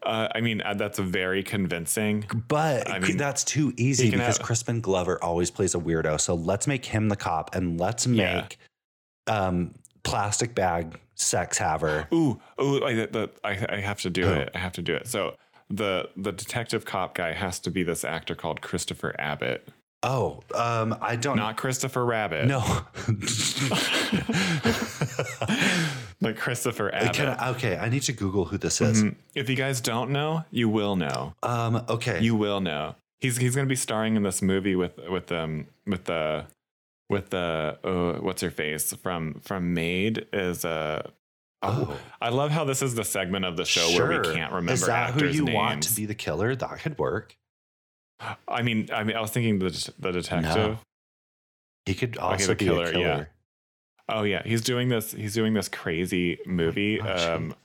Speaker 1: Uh, I mean, uh, that's very convincing.
Speaker 2: But
Speaker 1: I mean,
Speaker 2: that's too easy
Speaker 1: he can
Speaker 2: because
Speaker 1: have-
Speaker 2: Crispin Glover always plays a weirdo. So let's make him the cop and let's
Speaker 1: Yeah.
Speaker 2: make um, plastic bag sex haver.
Speaker 1: Ooh, ooh, I, the, I, I have to do
Speaker 2: Who?
Speaker 1: it. I have to do it. So the the detective cop guy has to be this actor called Christopher Abbott,
Speaker 2: Oh, um, I don't
Speaker 1: not Christopher Rabbit.
Speaker 2: No.
Speaker 1: like Christopher Abbott.
Speaker 2: Can I- okay, I need to Google who this is.
Speaker 1: Mhm. If you guys don't know, you will know.
Speaker 2: Um, okay.
Speaker 1: Mm-hmm. You will know. He's he's gonna be starring in this movie with with um with the with the uh, what's her face from from Maid is uh
Speaker 2: Oh.
Speaker 1: I love how this is the segment of the show where we
Speaker 2: Sure.
Speaker 1: can't remember
Speaker 2: Is that who
Speaker 1: actors'
Speaker 2: you
Speaker 1: names.
Speaker 2: want to be the killer? That could work.
Speaker 1: I mean, I mean, I was thinking the det- the detective.
Speaker 2: He could also
Speaker 1: the
Speaker 2: be
Speaker 1: killer,
Speaker 2: a
Speaker 1: yeah.
Speaker 2: killer.
Speaker 1: Oh yeah, he's doing this. He's doing this crazy movie.
Speaker 2: Oh, shit.
Speaker 1: um,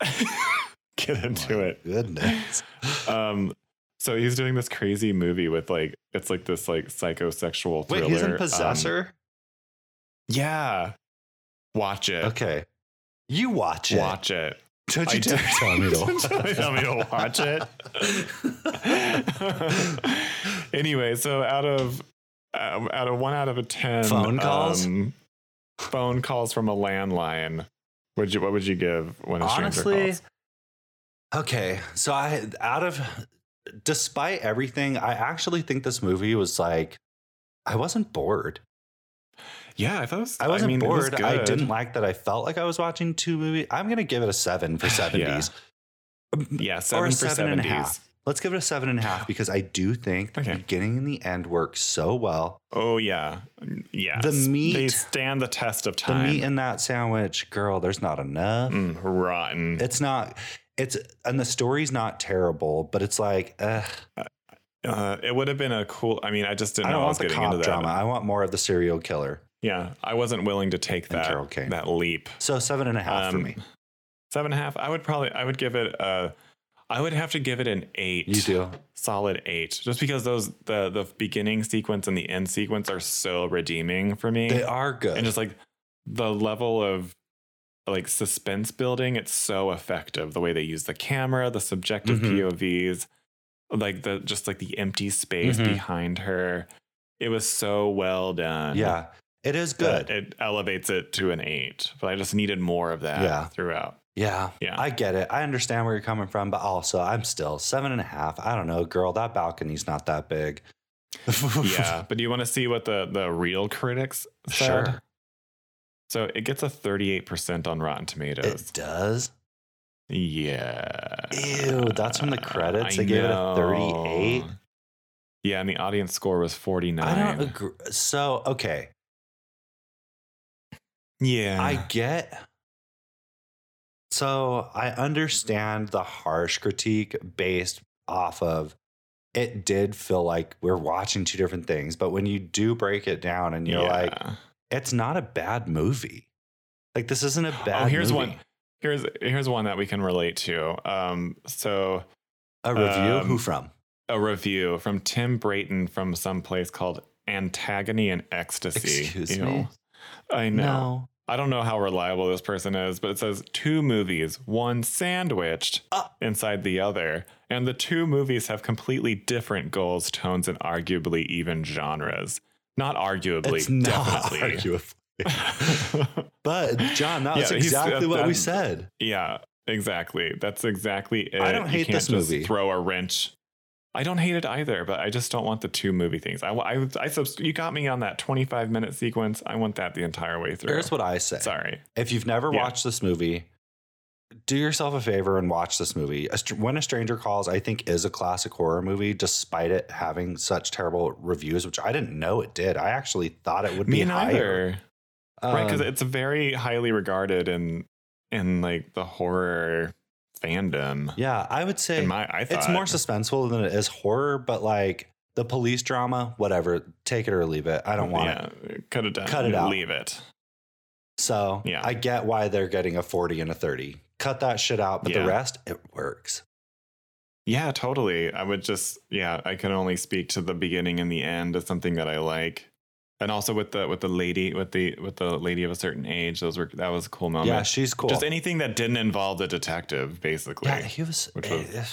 Speaker 1: get into
Speaker 2: My
Speaker 1: it.
Speaker 2: Goodness.
Speaker 1: Um, so he's doing this crazy movie with like it's like this like psychosexual thriller.
Speaker 2: Wait, he's in
Speaker 1: um,
Speaker 2: Possessor?
Speaker 1: yeah. Watch it.
Speaker 2: Okay. You watch it.
Speaker 1: Watch it.
Speaker 2: Don't
Speaker 1: I
Speaker 2: you dare
Speaker 1: did-
Speaker 2: tell me to watch
Speaker 1: Don't tell me to watch it. anyway, so out of um, out of one out of a ten
Speaker 2: Phone calls?
Speaker 1: um, phone calls from a landline. Would you what would you give when a stranger
Speaker 2: Honestly,
Speaker 1: calls?
Speaker 2: okay. So I out of despite everything, I actually think this movie was like I wasn't bored.
Speaker 1: Yeah, I thought it was,
Speaker 2: I wasn't
Speaker 1: mean, it was
Speaker 2: bored. I
Speaker 1: good.
Speaker 2: didn't like that I felt like I was watching two movies. I'm gonna give it a seven for seventies.
Speaker 1: Yeah, seven
Speaker 2: or
Speaker 1: for
Speaker 2: seven and a
Speaker 1: 70s.
Speaker 2: half. Let's give it a seven and a half because I do think the
Speaker 1: Okay.
Speaker 2: beginning and the end work so well.
Speaker 1: Oh yeah, Mm, yes. they
Speaker 2: meat-
Speaker 1: stand the test of
Speaker 2: The
Speaker 1: time.
Speaker 2: meat in that sandwich, girl, there's not enough.
Speaker 1: Mm, rotten.
Speaker 2: It's not. It's and the story's not terrible, but it's like, eh, ugh,
Speaker 1: Uh, it would have been a cool. I mean, I just didn't
Speaker 2: I
Speaker 1: know
Speaker 2: don't
Speaker 1: I
Speaker 2: want
Speaker 1: was
Speaker 2: the
Speaker 1: getting
Speaker 2: cop
Speaker 1: into that.
Speaker 2: drama. I want more of the serial killer.
Speaker 1: Yeah, I wasn't willing to take
Speaker 2: And
Speaker 1: that
Speaker 2: Carol Kane.
Speaker 1: that leap.
Speaker 2: So seven and a half
Speaker 1: Um,
Speaker 2: for me.
Speaker 1: Seven and a half. I would probably. I would give it a. I would have to give it an eight.
Speaker 2: You do.
Speaker 1: solid eight, just because those the the beginning sequence and the end sequence are so redeeming for me,
Speaker 2: They are good.
Speaker 1: eh, and just like the level of like suspense building, it's so effective. The way they use the camera, the subjective
Speaker 2: Mhm.
Speaker 1: POVs, like the just like the empty space
Speaker 2: Mhm.
Speaker 1: behind her. It was so well done.
Speaker 2: yeah, it is
Speaker 1: that
Speaker 2: good.
Speaker 1: uh, It elevates it to an eight, but I just needed more of that
Speaker 2: Yeah.
Speaker 1: throughout.
Speaker 2: yeah,
Speaker 1: Yeah.
Speaker 2: I get it. I understand where you're coming from, but also I'm still seven and a half. I don't know, girl. That balcony's not that big.
Speaker 1: yeah. But do you want to see what the, the real critics said?
Speaker 2: sure.
Speaker 1: So it gets a 38% on Rotten
Speaker 2: It
Speaker 1: Tomatoes.
Speaker 2: does.
Speaker 1: yeah.
Speaker 2: Ew, that's from the credits. They gave it a
Speaker 1: know.
Speaker 2: 38?
Speaker 1: Yeah, and the audience score was 49.
Speaker 2: I don't agree. So okay,
Speaker 1: Yeah.
Speaker 2: I get. So I understand the harsh critique based off of it did feel like we're watching two different things, but when you do break it down and you're like,
Speaker 1: Yeah.
Speaker 2: it's not a bad movie. Like this isn't a bad.
Speaker 1: Oh, here's
Speaker 2: movie.
Speaker 1: one. Here's here's one that we can relate to. Um, so
Speaker 2: A review.
Speaker 1: Um,
Speaker 2: Who from?
Speaker 1: a review from Tim Brayton from some place called Antagony and Ecstasy.
Speaker 2: Excuse
Speaker 1: Ew.
Speaker 2: me?
Speaker 1: I know.
Speaker 2: No.
Speaker 1: I don't know how reliable this person is, but it says two movies, one sandwiched
Speaker 2: Ah.
Speaker 1: inside the other, and the two movies have completely different goals, tones, and arguably even genres. Not arguably,
Speaker 2: It's not
Speaker 1: definitely.
Speaker 2: arguably. But John, that
Speaker 1: Yeah,
Speaker 2: was
Speaker 1: he's- uh,
Speaker 2: exactly what we
Speaker 1: that-
Speaker 2: said.
Speaker 1: yeah, exactly. That's exactly it.
Speaker 2: I don't
Speaker 1: You
Speaker 2: hate
Speaker 1: can't
Speaker 2: this
Speaker 1: just
Speaker 2: movie.
Speaker 1: Throw a wrench. I don't hate it either, but I just don't want the two movie things. I, I, I subs- you got me on that 25 minute sequence. I want that the entire way through.
Speaker 2: Here's what I say.
Speaker 1: Sorry.
Speaker 2: If you've never
Speaker 1: Yeah.
Speaker 2: watched this movie, do yourself a favor and watch this movie. A Str- When a Stranger Calls, I think, is a classic horror movie, despite it having such terrible reviews, which I didn't know it did. I actually thought it would
Speaker 1: Me
Speaker 2: be higher.
Speaker 1: neither. right because
Speaker 2: Um,
Speaker 1: it's very highly regarded in in like the horror fandom
Speaker 2: yeah, I would say
Speaker 1: in my i thought
Speaker 2: it's more suspenseful than it is horror, but like the police drama, whatever, take it or leave it. I don't want it.
Speaker 1: cut it down
Speaker 2: Cut it out.
Speaker 1: leave it
Speaker 2: So
Speaker 1: Yeah.
Speaker 2: I get why they're getting a 40 and a 30. Cut that shit out, but
Speaker 1: Yeah.
Speaker 2: the rest, it works.
Speaker 1: yeah totally i would just yeah i can only speak to the beginning and the end as something that i like and also with the with the lady with the with the lady of a certain age those were that was a cool moment
Speaker 2: Yeah, she's cool.
Speaker 1: Oh, just anything that didn't involve the detective basically
Speaker 2: yeah, he was.
Speaker 1: Which was-
Speaker 2: eh, eh.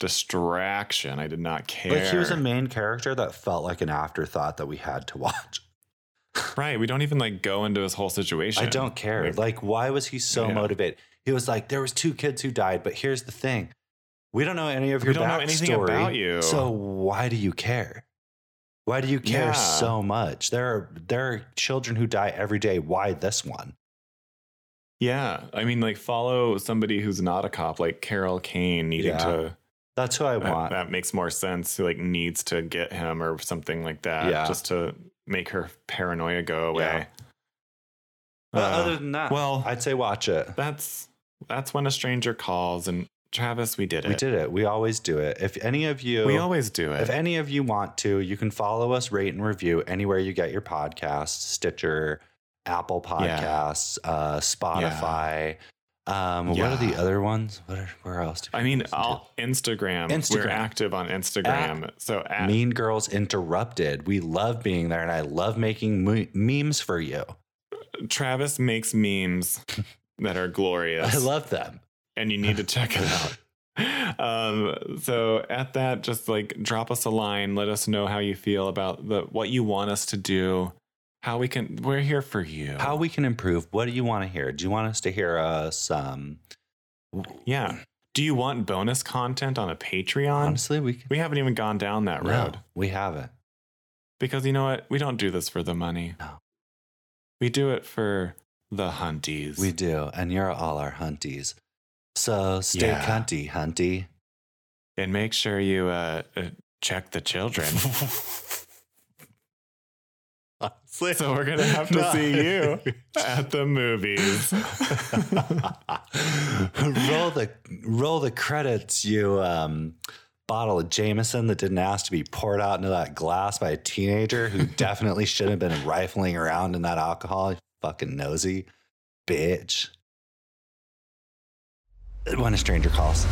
Speaker 1: distraction i did not care
Speaker 2: Like he was a main character that felt like an afterthought that we had to watch.
Speaker 1: right we don't even like go into his whole situation
Speaker 2: I don't care.
Speaker 1: Like-
Speaker 2: Like, why was he so
Speaker 1: Yeah.
Speaker 2: motivated? He was like, there was two kids who died, but here's the thing: we don't know any of
Speaker 1: We
Speaker 2: your
Speaker 1: don't know
Speaker 2: backstory,
Speaker 1: anything about you.
Speaker 2: So why do you care? Why do you care
Speaker 1: Yeah.
Speaker 2: so much? There are there are children who die every day. Why this one?
Speaker 1: Yeah, I mean, like follow somebody who's not a cop, like Carol Kane, needing
Speaker 2: Yeah,
Speaker 1: to.
Speaker 2: That's who I
Speaker 1: That,
Speaker 2: want.
Speaker 1: that makes more sense. Who like needs to get him or something like that,
Speaker 2: Yeah.
Speaker 1: just to make her paranoia go away.
Speaker 2: but
Speaker 1: Uh,
Speaker 2: other than that,
Speaker 1: well,
Speaker 2: I'd say watch it.
Speaker 1: that's that's when a stranger calls, and Travis, we did it.
Speaker 2: We did it. We always do it. If any of you,
Speaker 1: We always do it.
Speaker 2: If any of you want to, you can follow us, rate and review anywhere you get your podcasts, Stitcher, Apple
Speaker 1: Yeah.
Speaker 2: Podcasts, uh, Spotify. Um, What are the
Speaker 1: Yeah.
Speaker 2: other ones? What are, where else? do
Speaker 1: I
Speaker 2: people
Speaker 1: mean,
Speaker 2: listen to?
Speaker 1: I'll, Instagram.
Speaker 2: Instagram.
Speaker 1: We're active on Instagram. so at
Speaker 2: Mean Girls Interrupted. We love being there, and I love making me- memes for you.
Speaker 1: Travis makes memes that are glorious.
Speaker 2: I love them.
Speaker 1: and you need to check it out. Um, so at that, just like drop us a line, let us know how you feel about the what you want us to do, how we can. We're here for you.
Speaker 2: How we can improve. What do you want to hear? Do you want us to hear us? Um,
Speaker 1: Yeah. Do you want bonus content on a Patreon?
Speaker 2: honestly, we can.
Speaker 1: We haven't even gone down that road
Speaker 2: No, we haven't.
Speaker 1: because you know what? We don't do this for the money.
Speaker 2: No.
Speaker 1: We do it for the hunties.
Speaker 2: We do, and you're all our hunties. So stay
Speaker 1: Yeah.
Speaker 2: cunty, hunty.
Speaker 1: and make sure you uh, uh, check the children.
Speaker 2: Honestly,
Speaker 1: so we're gonna have to
Speaker 2: No.
Speaker 1: see you at the movies.
Speaker 2: roll the roll the credits, you um, bottle of Jameson that didn't ask to be poured out into that glass by a teenager who definitely shouldn't have been rifling around in that alcohol. You fucking nosy bitch. When a stranger calls.